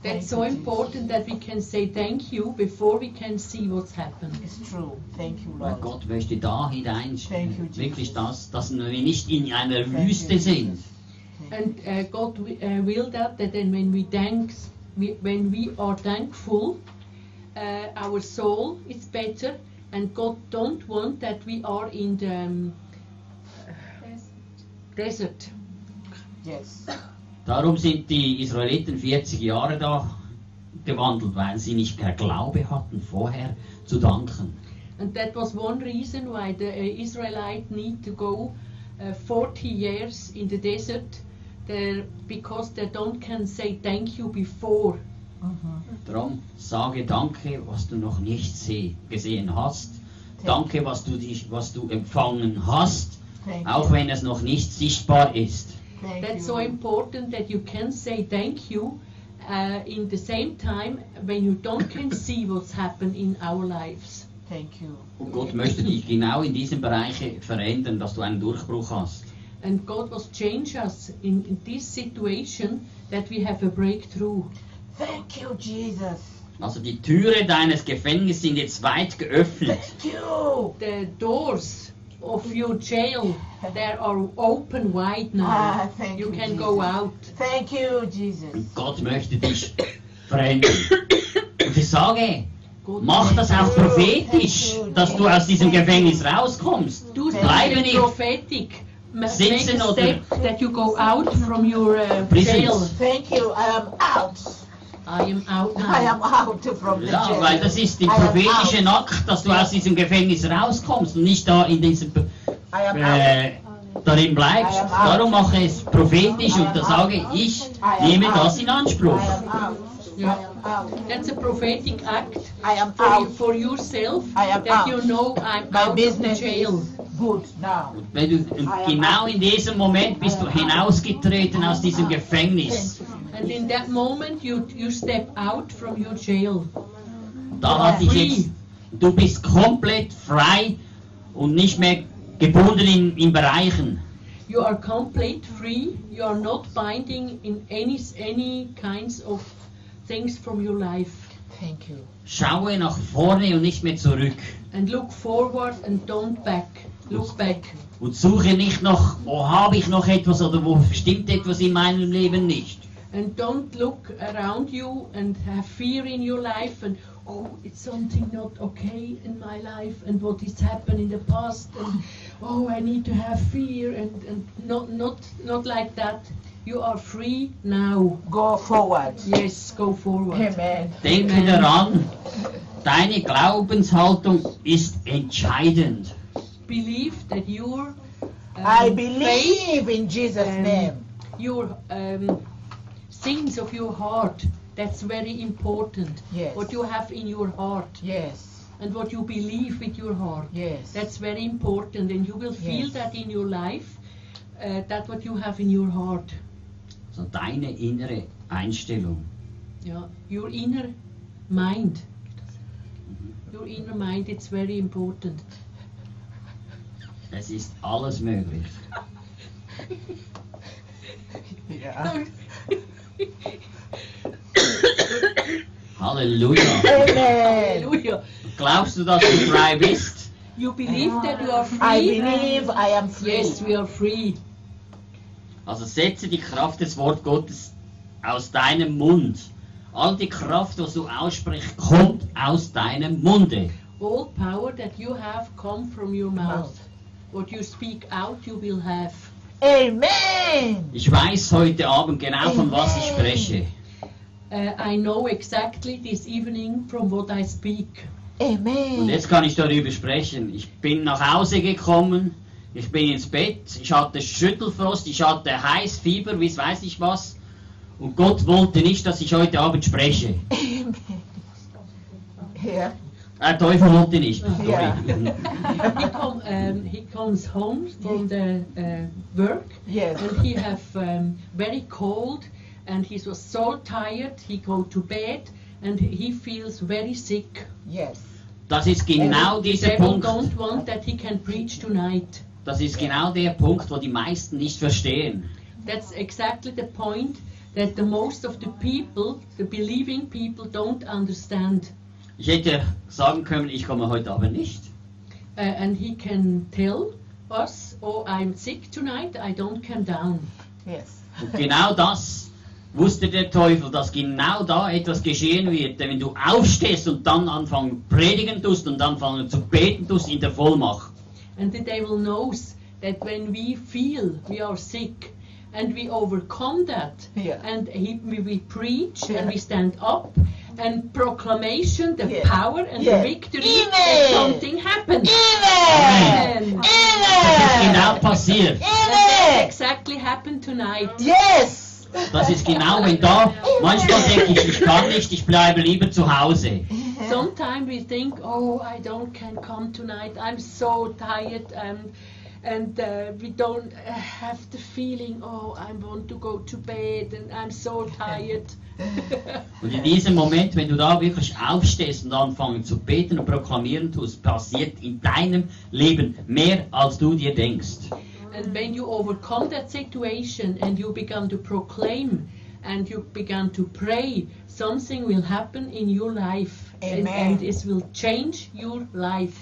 Speaker 4: That's
Speaker 2: Thank
Speaker 4: so
Speaker 2: you, Jesus.
Speaker 4: important that we can say thank you before we can see what's happened.
Speaker 2: It's true. Thank you,
Speaker 3: Weil
Speaker 2: Lord.
Speaker 3: Gott möchte da hinein,
Speaker 2: Thank you, Jesus.
Speaker 3: wirklich das, dass wir nicht in einer
Speaker 2: Thank you,
Speaker 3: Wüste
Speaker 2: Jesus.
Speaker 3: sind.
Speaker 2: Thank
Speaker 4: And uh, God wi- uh, will that that then when we thanks, we, when we are thankful, uh, our soul is better. And God don't want that we are in the um, desert.
Speaker 2: you. Yes.
Speaker 3: Darum sind die Israeliten 40 Jahre da gewandelt, weil sie nicht per Glaube hatten, vorher zu danken.
Speaker 4: And that was one reason why the uh, Israelite need to go uh, 40 years in the desert, there because they don't can say thank you before.
Speaker 2: Mhm.
Speaker 3: Darum sage Danke, was du noch nicht seh- gesehen hast. Danke, was du, dich, was du empfangen hast,
Speaker 2: Thank
Speaker 3: auch
Speaker 2: you.
Speaker 3: wenn es noch nicht sichtbar ist.
Speaker 2: Thank
Speaker 4: That's
Speaker 2: you.
Speaker 4: so important that you can say thank you uh, in the same time when you don't can see what's happened in our lives.
Speaker 2: Thank you.
Speaker 3: Und Gott möchte dich genau in diesem Bereich verändern, dass du einen Durchbruch hast.
Speaker 4: And God was change us in, in this situation that we have a breakthrough.
Speaker 2: Thank you, Jesus.
Speaker 3: Also die Türe deines Gefängnisses sind jetzt weit geöffnet.
Speaker 2: Thank you.
Speaker 4: The doors of your jail they are open wide now.
Speaker 2: Ah, thank you,
Speaker 4: can go
Speaker 2: Jesus.
Speaker 4: out.
Speaker 2: Thank you, Jesus.
Speaker 3: Und Gott möchte dich verändern. Und ich sage,
Speaker 4: Go
Speaker 3: Mach das auch prophetisch, dass du aus diesem Gefängnis rauskommst.
Speaker 4: Do
Speaker 2: Thank
Speaker 3: Bleibe
Speaker 4: something
Speaker 3: nicht
Speaker 4: prophetic. Ma- Make
Speaker 3: Sitzen
Speaker 4: a
Speaker 3: oder-
Speaker 4: step that you go out from your uh,
Speaker 3: Prisons.
Speaker 4: jail.
Speaker 2: Thank you. I am out.
Speaker 4: I am out now.
Speaker 2: I am out from the
Speaker 3: Ja,
Speaker 2: jail.
Speaker 3: weil das ist die
Speaker 2: I am
Speaker 3: prophetische
Speaker 2: out.
Speaker 3: Nacht, dass du aus diesem Gefängnis rauskommst und nicht da in diesem
Speaker 2: I am out.
Speaker 3: äh, darin bleibst. Darum mache es prophetisch und da sage ich, nehme das in Anspruch.
Speaker 2: I am out. I am out.
Speaker 4: That's a prophetic act
Speaker 2: I am
Speaker 4: for,
Speaker 2: out.
Speaker 4: you, Um, for yourself
Speaker 2: I am
Speaker 4: that
Speaker 2: out.
Speaker 4: you know I'm
Speaker 2: My
Speaker 4: out
Speaker 2: business
Speaker 4: of jail.
Speaker 2: is good now.
Speaker 3: Und wenn du und genau in diesem Moment bist du hinausgetreten aus diesem Gefängnis.
Speaker 4: And in that moment you you step out from your jail.
Speaker 3: Da hat dich jetzt, du bist komplett frei und nicht mehr gebunden in, in Bereichen.
Speaker 4: You are complete free. You are not binding in any any kinds of things from your life.
Speaker 2: Thank you.
Speaker 3: Schaue nach vorne und nicht mehr zurück.
Speaker 4: And look forward and don't back. Look back.
Speaker 3: Und suche nicht nach, oh, habe ich noch etwas oder wo stimmt etwas in meinem Leben nicht.
Speaker 4: And don't look around you and have fear in your life and oh it's something not okay in my life and what has happened in the past and oh I need to have fear and, and not not not like that. You are free now.
Speaker 2: Go forward.
Speaker 4: Yes, go forward.
Speaker 2: Amen.
Speaker 3: Denke
Speaker 4: Amen.
Speaker 3: daran, deine Glaubenshaltung ist entscheidend.
Speaker 4: Believe that your um,
Speaker 2: I
Speaker 4: faith,
Speaker 2: believe in Jesus'
Speaker 4: um,
Speaker 2: name.
Speaker 4: your um, things of your heart. That's very important.
Speaker 2: Yes.
Speaker 4: What you have in your heart
Speaker 2: Yes.
Speaker 4: and what you believe with your heart.
Speaker 2: Yes.
Speaker 4: That's very important, and you will feel
Speaker 2: Yes.
Speaker 4: that in your life, uh, that what you have in your heart,
Speaker 3: So deine innere Einstellung.
Speaker 4: yeah, your inner mind. Your inner mind, it's very important.
Speaker 3: Es ist alles möglich.
Speaker 2: yeah.
Speaker 3: Halleluja.
Speaker 2: Amen.
Speaker 4: Hallelujah.
Speaker 3: Glaubst du, dass du frei bist?
Speaker 4: You believe that you are free?
Speaker 2: Ah. I believe I am free.
Speaker 4: Yes, we are free.
Speaker 3: Also setze die Kraft des Wort Gottes aus deinem Mund. All die Kraft, was du aussprichst, kommt aus deinem Munde.
Speaker 4: All power that you have come from your mouth.
Speaker 2: Mouth.
Speaker 4: What you speak out, you will have.
Speaker 2: Amen.
Speaker 3: Ich weiß heute Abend genau, von was ich spreche.
Speaker 4: Uh, I know exactly this evening from what I speak.
Speaker 3: Und
Speaker 2: Amen.
Speaker 3: jetzt kann ich darüber sprechen. Ich bin nach Hause gekommen, ich bin ins Bett, ich hatte Schüttelfrost, ich hatte heiß Fieber, wie weiß ich was. Und Gott wollte nicht, dass ich heute Abend spreche.
Speaker 2: Amen. Yeah.
Speaker 3: Ah, Teufel wollte nicht, sorry.
Speaker 4: he, come, um, he comes home from the uh, work
Speaker 2: Yes.
Speaker 4: and he have um, very cold and he was so tired he go to bed and he feels very sick
Speaker 2: Yes.
Speaker 3: Das ist genau dieser
Speaker 4: devil
Speaker 3: Punkt.
Speaker 4: don't want that he can preach tonight
Speaker 3: Das ist genau der Punkt, wo die meisten nicht verstehen.
Speaker 4: that's exactly the point that the most of the people the believing people don't understand
Speaker 3: Ich hätte sagen können, ich komme heute aber nicht.
Speaker 4: uh, and he can tell us oh i'm sick tonight i don't come down
Speaker 2: Yes.
Speaker 3: Und genau das wusste der Teufel, dass genau da etwas geschehen wird, wenn du aufstehst und dann anfangen predigen tust und anfangen zu beten tust in der Vollmacht.
Speaker 4: And the devil knows that when we feel we are sick and we overcome that,
Speaker 2: Yeah.
Speaker 4: and he, we, we preach and
Speaker 2: Yeah.
Speaker 4: we stand up and proclamation the
Speaker 2: Yeah.
Speaker 4: power and
Speaker 2: Yeah.
Speaker 4: the victory
Speaker 2: Amen.
Speaker 4: that something happens.
Speaker 2: Amen.
Speaker 4: Amen.
Speaker 3: Das ist genau
Speaker 2: Amen.
Speaker 3: passiert.
Speaker 4: And that
Speaker 2: Amen.
Speaker 4: exactly happened tonight.
Speaker 2: Yes.
Speaker 3: Das ist genau, wenn da, manchmal denke ich, ich kann nicht, ich bleibe lieber zu Hause.
Speaker 4: Sometimes we think, oh, I don't can come tonight. I'm so tired, and and uh, we don't uh, have the feeling. Oh, I want to go to bed, and I'm so tired.
Speaker 3: Und in diesem Moment, wenn du da wirklich aufstehst und anfangen zu beten und proklamieren tust, passiert in deinem Leben mehr, als du dir denkst.
Speaker 4: and when you overcome that situation and you begin to proclaim and you begin to pray, something will happen in your life. And,
Speaker 2: Amen.
Speaker 4: and it will change your life.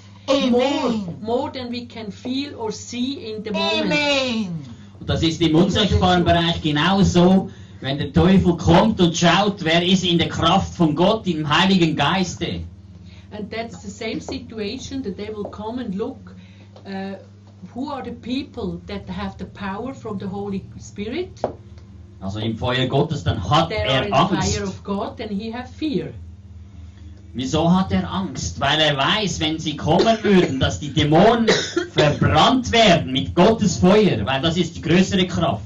Speaker 4: More,
Speaker 2: Amen.
Speaker 4: more than we can feel or see in the moment.
Speaker 2: Amen.
Speaker 3: Und das ist im unsichtbaren Bereich genauso, wenn der Teufel kommt und schaut, wer ist in der Kraft von Gott, im Heiligen Geiste.
Speaker 4: And that's the same situation that they will come and look uh, who are the people that have the power from the Holy Spirit.
Speaker 3: Also im Feuer Gottes, dann hat
Speaker 4: They are
Speaker 3: er
Speaker 4: in the
Speaker 3: Angst.
Speaker 4: fire of God and he have fear.
Speaker 3: Wieso hat er Angst? Weil er weiß, wenn sie kommen würden, dass die Dämonen verbrannt werden mit Gottes Feuer, weil das ist die größere Kraft.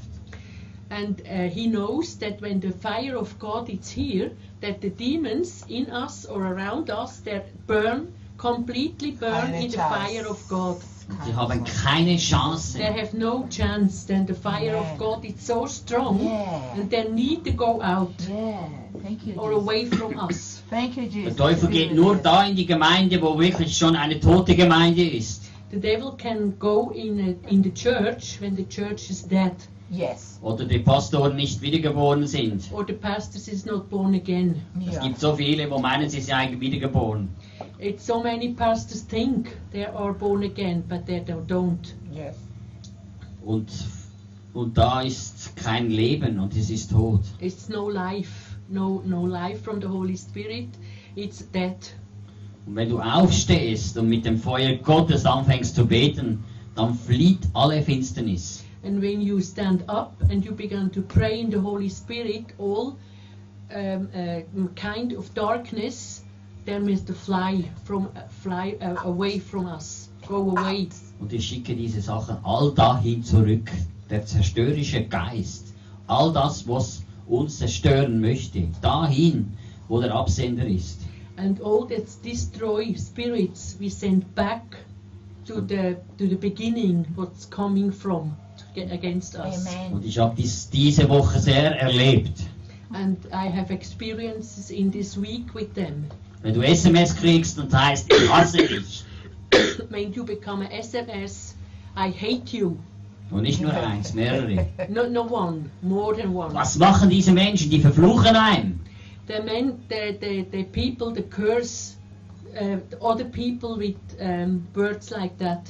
Speaker 4: And uh, he knows that when the fire of God is here, that the demons in us or around us, they burn, completely burn in the fire of God.
Speaker 3: Sie haben keine Chance.
Speaker 4: They have no chance. Then the fire
Speaker 2: Amen.
Speaker 4: of God is so strong,
Speaker 2: Yeah.
Speaker 4: and they need to go out
Speaker 2: Yeah. Thank you.
Speaker 4: or
Speaker 2: Jesus.
Speaker 4: away from us.
Speaker 2: Thank you, Jesus.
Speaker 3: Der Teufel geht nur da in die Gemeinde, wo wirklich schon eine tote Gemeinde ist.
Speaker 4: The devil can go in a, in the church when the church is dead
Speaker 2: Yes.
Speaker 3: Oder die Pastoren nicht wiedergeboren sind.
Speaker 4: or the pastor is not born again.
Speaker 3: Es
Speaker 2: Yeah.
Speaker 3: gibt so viele, wo meinen, sie seien wiedergeboren.
Speaker 4: It's so many pastors think they are born again, but they don't.
Speaker 2: Yes.
Speaker 3: Und, und da ist kein Leben und es ist tot.
Speaker 4: It's no life, no no life from the Holy Spirit. It's death.
Speaker 3: Und wenn du aufstehst und mit dem Feuer Gottes anfängst zu beten, dann flieht alle Finsternis.
Speaker 4: And when you stand up and you begin to pray in the Holy Spirit, all um, uh, kind of darkness, then is to fly from fly uh, away from us, go away.
Speaker 3: Und ich schicke diese Sachen all dahin zurück. Der zerstörerische Geist, all das, was uns zerstören möchte, dahin, wo der Absender ist.
Speaker 4: And all that destroy spirits, we send back to the to the beginning, what's coming from ge- against us.
Speaker 2: Amen.
Speaker 3: Und ich habe dies diese Woche sehr erlebt.
Speaker 4: And I have experiences in this week with them.
Speaker 3: Wenn du SMS kriegst und heißt, ich hasse dich.
Speaker 4: when you become an SMS, I hate you.
Speaker 3: Und nicht nur eins, mehrere.
Speaker 4: No, no one, more than one.
Speaker 3: Was machen diese Menschen? Die verfluchen einen.
Speaker 4: The men, the, the, the people, the curse, uh, the other people with um, words like that.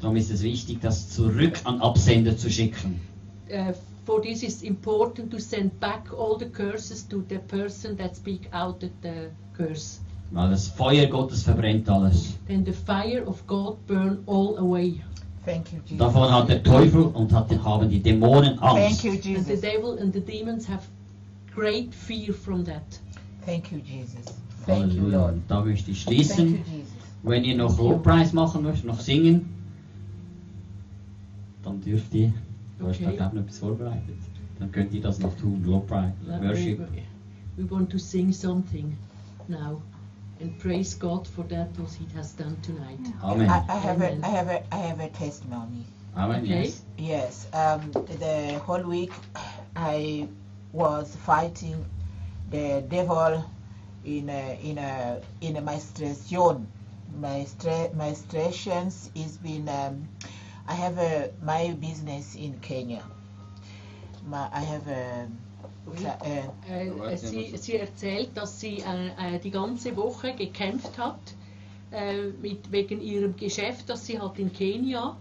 Speaker 3: Darum ist es wichtig, das zurück an Absender zu schicken.
Speaker 4: Uh, for this is important to send back all the curses to the person that speak out the- the curse.
Speaker 3: Weil das Feuer Gottes verbrennt alles.
Speaker 4: Then the fire of God burn all away.
Speaker 2: Thank you, Jesus.
Speaker 3: Davon hat der Teufel und hat, haben die Dämonen
Speaker 2: Thank
Speaker 3: Angst.
Speaker 2: you,
Speaker 4: And the
Speaker 2: Jesus.
Speaker 4: devil and the demons have great fear from that.
Speaker 2: Thank you, Jesus. Thank you,
Speaker 3: Halleluja.
Speaker 2: Lord.
Speaker 3: Und da möchte ich
Speaker 2: Thank you,
Speaker 3: schließen.
Speaker 2: Jesus.
Speaker 3: Wenn ihr noch Lobpreis machen möchtet, noch singen, dann dürft ihr. Du hast da
Speaker 4: Okay.
Speaker 3: glaube ich noch etwas vorbereitet. Dann könnt ihr das noch tun, Lobpreis,
Speaker 4: Let me-
Speaker 3: Worship.
Speaker 4: We want to sing something now. and praise God for that what He has done tonight.
Speaker 3: Amen.
Speaker 2: I, I have a,
Speaker 4: Amen.
Speaker 2: I have a, I have a testimony.
Speaker 3: Amen.
Speaker 4: Okay.
Speaker 3: Yes.
Speaker 2: Yes, um, the whole week I was fighting the devil in a, in a, in a menstruation. My stre- menstruations is been. Um, I have a my business in Kenya. My, I have a, cla- uh,
Speaker 4: Äh, sie, sie erzählt, dass sie äh, äh, die ganze Woche gekämpft hat äh, mit, wegen ihrem Geschäft, das sie hat in Kenia.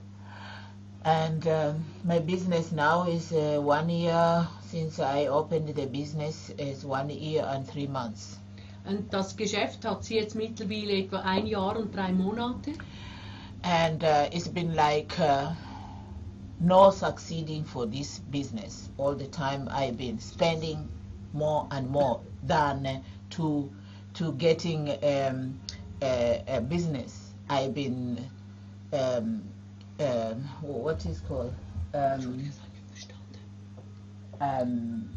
Speaker 2: and um, my business now is uh, one year since I opened the business is one year and three months.
Speaker 4: Und das Geschäft hat sie jetzt mittlerweile etwa ein Jahr und drei Monate.
Speaker 2: and uh, it's been like uh, no succeeding for this business all the time i've been spending more and more than uh, to to getting um, a, a business i've been um, um, what is called um, um,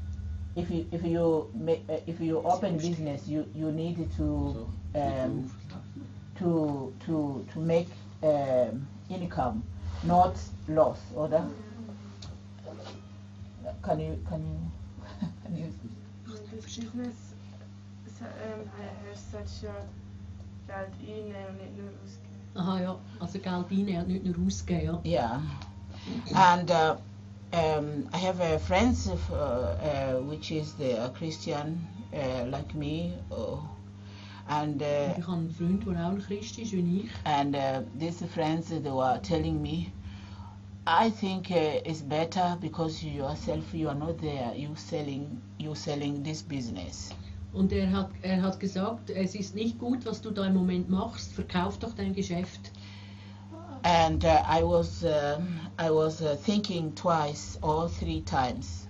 Speaker 2: if you if you make, uh, if you open business you you need to um, to to to make um, income, not loss. Order. Can you can you can you?
Speaker 6: This business so, um, I have such a Geld einnehmen und nicht nur ausgeben.
Speaker 4: Aha, ja. Also Geld einnehmen und nicht nur ausgeben. Ja.
Speaker 2: Yeah. And uh, um, I have uh, friends of, uh, uh, which is the a Christian uh, like me, oh, and uh,
Speaker 4: Ich habe einen Freund, der auch ein Christ ist wie ich.
Speaker 2: and uh, these friends they were telling me. I think uh, it's better because you yourself you are not there. You selling you selling this business.
Speaker 4: Und er hat, er hat gesagt, es ist nicht gut, was du da im Moment machst. Verkauf doch dein Geschäft.
Speaker 2: and uh, I was um, I was uh, thinking twice or three times.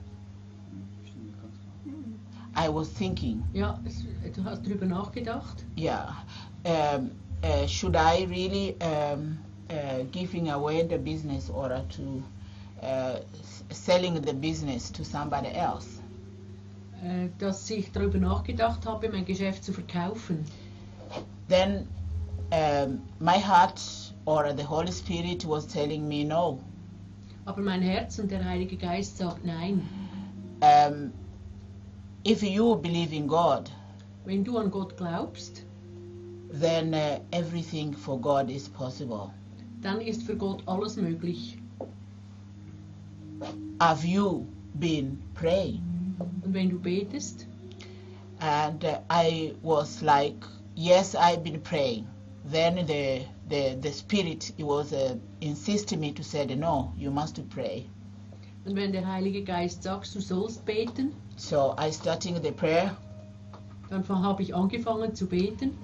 Speaker 2: I was thinking,
Speaker 4: Ja, es- du hast darüber nachgedacht.
Speaker 2: yeah, um, uh, should I really um, uh, giving away the business or to uh, s- selling the business to somebody else?
Speaker 4: äh, dass ich darüber nachgedacht habe, mein Geschäft zu verkaufen.
Speaker 2: Then um, my heart or the Holy Spirit was telling me no.
Speaker 4: Aber mein Herz und der Heilige Geist sagt nein.
Speaker 2: Um, if you believe in God,
Speaker 4: Wenn du an Gott glaubst,
Speaker 2: then uh, everything for God is possible.
Speaker 4: dann ist für Gott alles möglich.
Speaker 2: have you been praying?
Speaker 4: Und wenn du betest,
Speaker 2: And uh, I was like, yes, I've been praying. Then the the, the spirit it was uh, insisting me to say, no, you must pray.
Speaker 4: und wenn der Heilige Geist sagt, du sollst beten,
Speaker 2: So I starting the prayer
Speaker 4: dann fa- habe ich angefangen zu beten.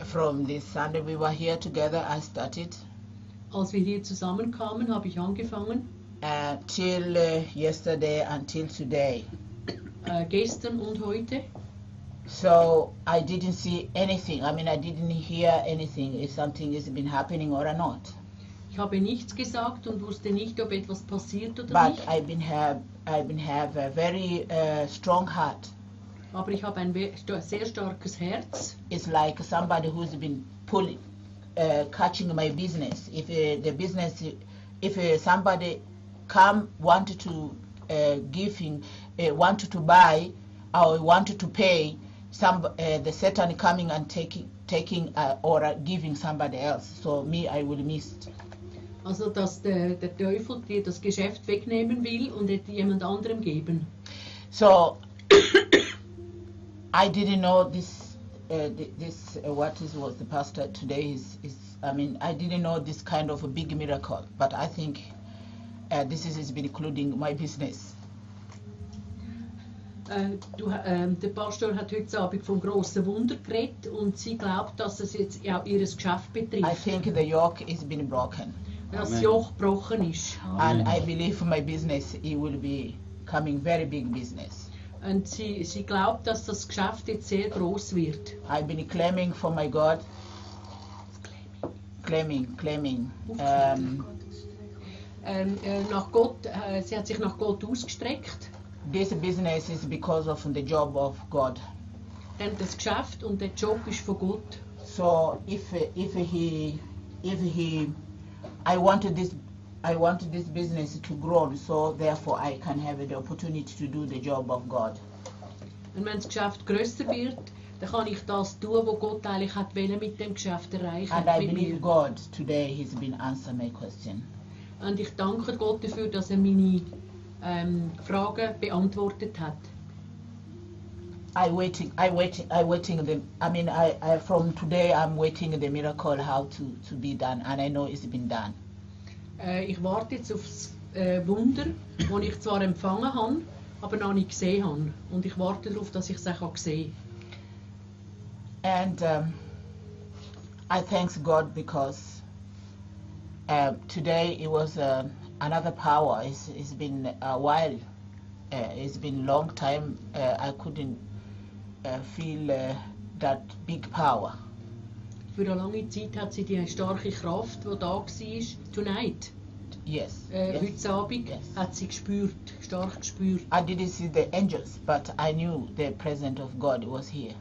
Speaker 2: from this Sunday we were here together. I started
Speaker 4: Als wir hier zusammenkamen, habe ich angefangen,
Speaker 2: uh, till uh, yesterday until today.
Speaker 4: äh, gestern und heute.
Speaker 2: So I didn't see anything. I mean, I didn't hear anything. If something has been happening or not.
Speaker 4: Ich habe nichts gesagt und wusste nicht, ob etwas passiert oder
Speaker 2: But
Speaker 4: nicht.
Speaker 2: I've been have I've been have a very uh, strong heart.
Speaker 4: Aber ich habe ein we- sta- sehr starkes Herz.
Speaker 2: It's like somebody who's been pulling, uh, catching my business. If uh, the business, if uh, somebody come wanted to uh, give him, uh, wanted to buy, or wanted to pay, some uh, the Satan coming and taking taking uh, or uh, giving somebody else. So me, I will miss.
Speaker 4: Also, dass der, der Teufel dir das Geschäft wegnehmen will und es jemand anderem geben.
Speaker 2: So I didn't know this. Uh, th- this uh, what is was the pastor today is is. I mean, I didn't know this kind of a big miracle, but I think uh, this is has been including my business.
Speaker 4: Äh, du, ähm, der Pastor hat heute Abend vom grossen Wunder geredet und sie glaubt, dass es jetzt ja ihres Geschäft
Speaker 2: I
Speaker 4: betrifft,
Speaker 2: think the yoke is been broken,
Speaker 4: dass
Speaker 3: Amen.
Speaker 4: das Joch gebrochen ist.
Speaker 2: and I believe my business it will be coming very big business.
Speaker 4: Und sie, sie glaubt, dass das Geschäft jetzt sehr groß wird.
Speaker 2: I've been claiming for my God, claiming, claiming. Um,
Speaker 4: Ähm, äh, nach Gott, äh, sie hat sich nach Gott ausgestreckt,
Speaker 2: this business is because of the job of God.
Speaker 4: denn das Geschäft und der Job ist von Gott.
Speaker 2: So if if he if he I wanted this I want this business to grow, so therefore I can have the opportunity to do the job of God.
Speaker 4: Und wenn das Geschäft grösser wird, dann kann ich das tun, was Gott eigentlich hat wollen mit dem Geschäft erreichen
Speaker 2: And I
Speaker 4: mit mir.
Speaker 2: believe God today He's been answering my question.
Speaker 4: Und ich danke Gott dafür, dass er meine ähm, Fragen beantwortet hat.
Speaker 2: I waiting I waiting I waiting the I mean I, I from today I'm waiting the miracle how to, to be done and I know it's been done.
Speaker 4: Äh, ich warte jetzt auf das äh, Wunder, das ich zwar empfangen habe, aber noch nicht gesehen habe. Und ich warte darauf, dass ich es auch sehe.
Speaker 2: And um, I thanks God because uh, today it was uh, another power. It's, it's been a while. Uh, it's been long time. Uh, I couldn't uh, feel uh, that big power.
Speaker 4: Für eine lange Zeit hat sie die starke Kraft, die da war, tonight,
Speaker 2: Yes.
Speaker 4: äh,
Speaker 2: yes.
Speaker 4: heute Abend,
Speaker 2: Yes.
Speaker 4: hat sie gespürt, stark gespürt.
Speaker 2: I didn't see the angels, but I knew the presence of God was here.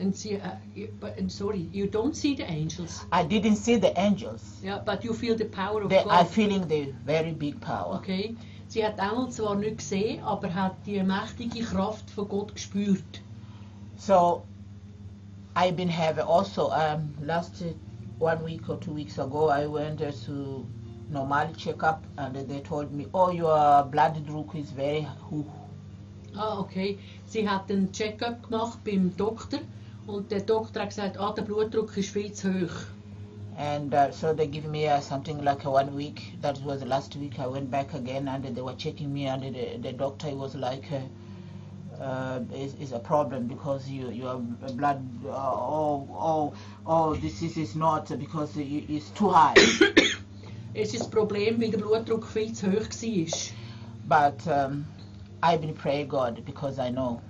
Speaker 4: And see, uh, you, but, and sorry, you don't see the angels.
Speaker 2: I didn't see the angels.
Speaker 4: Yeah, but you feel the power of
Speaker 2: They
Speaker 4: God.
Speaker 2: are feeling the very big power.
Speaker 4: Okay. Sie hat Engel zwar nicht gesehen, aber hat die mächtige Kraft von Gott gespürt.
Speaker 2: So I've been having also um, last uh, one week or two weeks ago I went uh, to normal checkup and they told me oh your blood group is very hoo-
Speaker 4: Ah, okay. Sie hat einen Check-up gemacht beim Doktor und der Doktor hat gesagt, ah, der Blutdruck ist viel zu hoch.
Speaker 2: and uh, so they give me uh, something like uh, one week that was last week I went back again and they were checking me and the, the doctor was like uh, uh, is, is a problem because you your blood uh, oh oh oh this is, is not because you, it's too high
Speaker 4: Es ist das Problem, weil der Blutdruck viel zu hoch war.
Speaker 2: But um, I've been praying God because I know.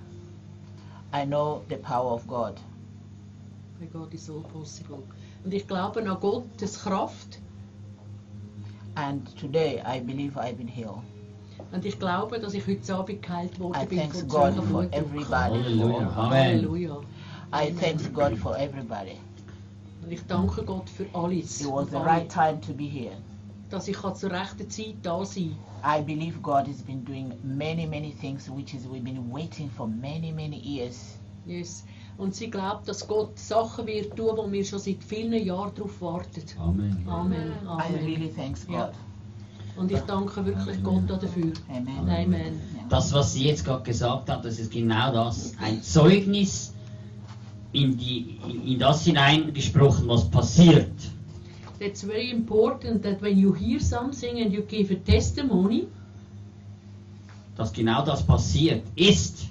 Speaker 2: I know the power of God.
Speaker 4: By God is all possible. Und ich glaube an Gottes Kraft
Speaker 2: And today I believe I've been healed.
Speaker 4: und ich glaube, dass ich heute Abend geheilt worden
Speaker 2: I
Speaker 4: bin
Speaker 2: thanks
Speaker 4: von
Speaker 2: God
Speaker 4: solchen
Speaker 2: for
Speaker 4: Blutdruck.
Speaker 2: everybody.
Speaker 3: Halleluja. Amen.
Speaker 4: Halleluja.
Speaker 2: I thanks God for everybody.
Speaker 4: Und ich danke Gott für alles,
Speaker 2: It was
Speaker 4: und
Speaker 2: the
Speaker 4: alle,
Speaker 2: right time to be here.
Speaker 4: dass ich kann zur rechten Zeit da sein
Speaker 2: I believe God has been doing many, many things which is we've been waiting for many, many years.
Speaker 4: Yes. Und sie glaubt, dass Gott Sachen wird tun, wo wir schon seit vielen Jahren darauf warten.
Speaker 3: Amen.
Speaker 4: Amen.
Speaker 2: I
Speaker 4: Amen.
Speaker 2: really thanks
Speaker 4: Yeah.
Speaker 2: God.
Speaker 4: Und ich danke wirklich Gott dafür.
Speaker 2: Amen.
Speaker 4: Amen.
Speaker 3: Das, was sie jetzt gerade gesagt hat, das ist genau das. Ein Zeugnis in, die, in das hineingesprochen, was passiert.
Speaker 4: That's very important that when you hear something and you give a testimony,
Speaker 3: Dass genau das passiert ist.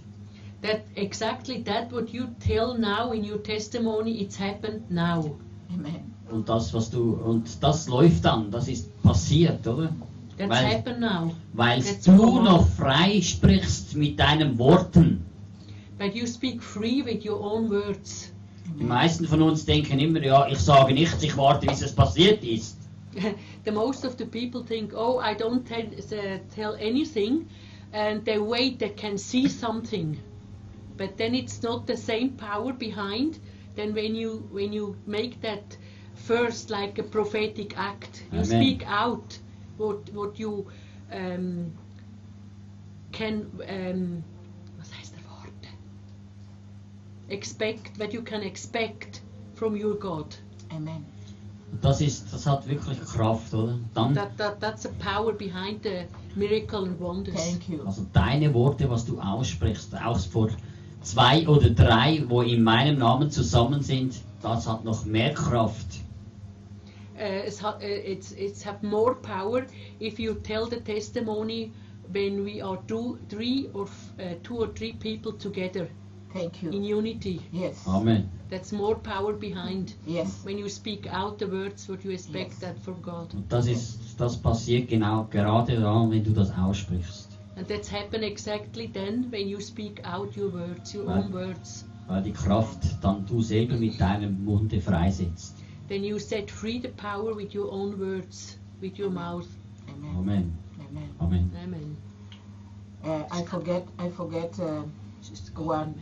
Speaker 4: that exactly that what you tell now in your testimony, it's happened now.
Speaker 2: Amen.
Speaker 3: Und das, was du, und das läuft dann, das ist passiert, oder?
Speaker 4: That's
Speaker 3: Weil-
Speaker 4: happened now.
Speaker 3: Weil
Speaker 4: Jetzt
Speaker 3: du
Speaker 4: komm mal.
Speaker 3: noch frei sprichst mit deinen Worten.
Speaker 4: But you speak free with your own words.
Speaker 3: Die meisten von uns denken immer, ja, ich sage nichts, ich warte, bis es passiert ist.
Speaker 4: the most of the people think, oh, I don't tell, uh, tell anything, and they wait, they can see something, but then it's not the same power behind. Then when you when you make that first like a prophetic act, you
Speaker 3: Amen.
Speaker 4: speak out what what you um, can um, was heißt der Wort? Expect what you can expect from your God.
Speaker 2: Amen.
Speaker 3: Das ist, das hat wirklich Kraft, oder?
Speaker 2: Mm.
Speaker 3: Dann,
Speaker 4: That, that, that's the power behind the miracle and wonders.
Speaker 2: Thank you.
Speaker 3: also deine Worte, was du aussprichst, auch vor zwei oder drei, wo in meinem Namen zusammen sind, das hat noch mehr Kraft.
Speaker 4: Uh, it's, ha- uh, it's, it's have more power if you tell the testimony when we are two, three or f- uh, two or three people together
Speaker 2: Thank
Speaker 4: in
Speaker 2: you.
Speaker 4: unity.
Speaker 2: Yes.
Speaker 3: Amen.
Speaker 4: That's more power behind
Speaker 2: Yes.
Speaker 4: when you speak out the words what you expect
Speaker 2: Yes.
Speaker 4: that from God.
Speaker 3: Und das ist, das passiert genau gerade dann, wenn du das aussprichst.
Speaker 4: And that's happened exactly then when you speak out your words, your own words.
Speaker 3: Weil die Kraft dann du selber mit deinem Munde freisetzt.
Speaker 4: Then you set free the power with your own words, with your mouth.
Speaker 2: Amen.
Speaker 3: Amen.
Speaker 2: Amen.
Speaker 3: Amen.
Speaker 4: Amen.
Speaker 2: Uh, I forget. I forget. Uh,
Speaker 4: Just go
Speaker 2: one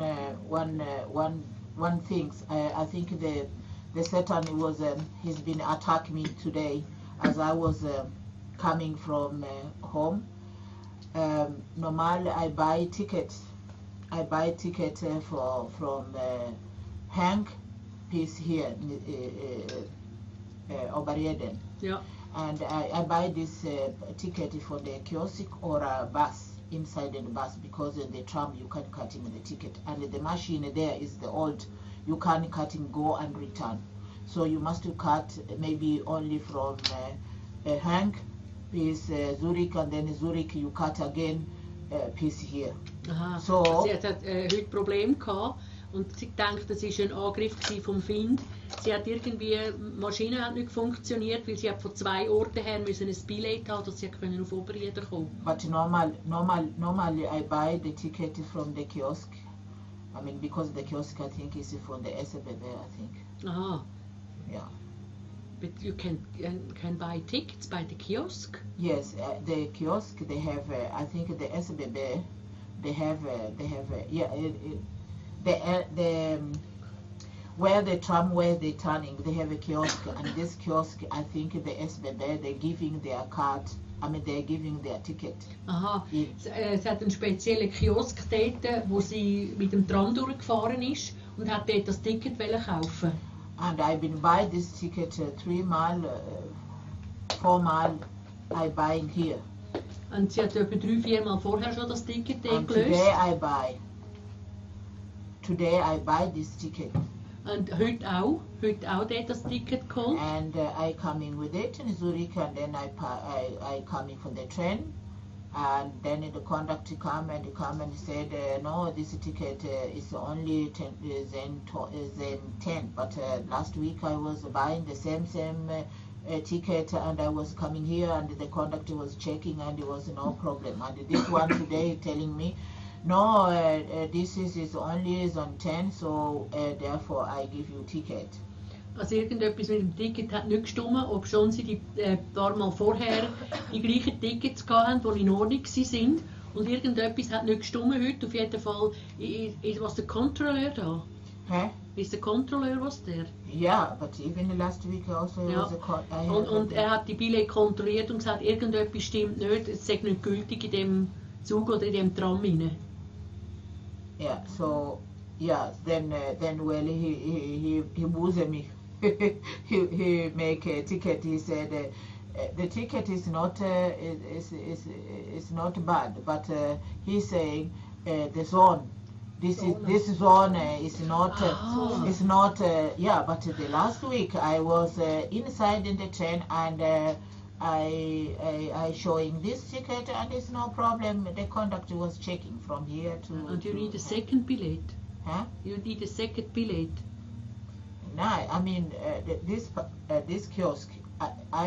Speaker 2: one uh, one uh, one one thing. I, I think the the Satan was um, he's been attacking me today as I was um, coming from uh, home. Um, normally I buy tickets. I buy ticket uh, for from uh, Hank piece here uh, uh, uh, Obereden
Speaker 4: Yeah.
Speaker 2: and I, I buy this uh, ticket for the kiosk or a bus inside the bus because in the tram you can cut in the ticket and the machine there is the old you can cut in go and return so you must cut maybe only from uh, uh, Hank piece uh, Zurich and then Zurich you cut again uh, piece here
Speaker 4: Aha.
Speaker 2: So.
Speaker 4: Sie hat hat, äh, heute Probleme gehabt und sie denkt, das war ein Angriff gewesen vom Find. Sie hat irgendwie, die Maschine hat nicht funktioniert, weil sie hat von zwei Orten her müssen ein Billett haben, dass sie hat können auf Oberrieder kommen
Speaker 2: but normal normal normally I buy the ticket from the kiosk I mean because the kiosk I think is from the SBB I think
Speaker 4: Aha.
Speaker 2: yeah
Speaker 4: But you can, can buy tickets by the kiosk.
Speaker 2: Yes, uh, the kiosk they have. Uh, I think the SBB, they have. Uh, they have. Uh, yeah, it, it, the uh, the um, where the tram where they turning, they have a kiosk, and this kiosk, I think the SBB they're giving their card. I mean, they're giving their ticket.
Speaker 4: Aha.
Speaker 2: Ja.
Speaker 4: Es, äh, es hat einen speziellen Kiosk dort, wo sie mit dem Tram durchgefahren ist und hat dort das Ticket wollen kaufen.
Speaker 2: And I've been buy this ticket uh, three mile, uh, four mile. I buying here.
Speaker 4: Und sie hat etwa drei, vier Mal vorher schon das Ticket dort
Speaker 2: And today
Speaker 4: gelöst.
Speaker 2: I buy. Today I buy this ticket.
Speaker 4: Und heute auch. Heute auch dort das Ticket geholt.
Speaker 2: and uh, I come in with it in Zurich, and then I, pa- I I come in for the train, and then the conductor come and come and said, uh, no, this ticket uh, is only ten uh, zen, to, uh, zen ten. But uh, last week I was buying the same same. Uh, uh ticket and I was coming here and the conductor was checking and it was no problem and this one today telling me no uh, uh, this is, is only is on 10 so uh, therefore I give you ticket
Speaker 4: Also irgendetwas mit dem Ticket hat nicht gestimmt, ob schon sie die äh, paar Mal vorher die gleichen Tickets hatten, die in Ordnung waren. Und irgendetwas hat nicht gestimmt heute. Auf jeden Fall i- i- i- was der Kontrolleur da.
Speaker 2: huh?
Speaker 4: Ist der Kontrolleur was der?
Speaker 2: Yeah, but even last week also it
Speaker 4: Yeah.
Speaker 2: was a co- I had
Speaker 4: Und, und
Speaker 2: a-
Speaker 4: er hat die Billett kontrolliert und gesagt, irgendetwas stimmt nicht, es sei nicht gültig in dem Zug oder in dem Tram rein.
Speaker 2: yeah. So yeah, then uh, then well he he he he boozed me. he he make a ticket. He said uh, uh, the ticket is not uh, is, is is is not bad, but uh, he's saying uh, the zone. This is this zone uh, is not uh,
Speaker 4: Ah.
Speaker 2: is not uh, yeah. But the last week I was uh, inside in the train and. Uh, I, I I showing this ticket and it's no problem. The conductor was checking from here to.
Speaker 4: Und you
Speaker 2: to-
Speaker 4: need a second Billett.
Speaker 2: Huh?
Speaker 4: You need a second Billett.
Speaker 2: No, I mean uh, th- this p- uh, this kiosk. I, I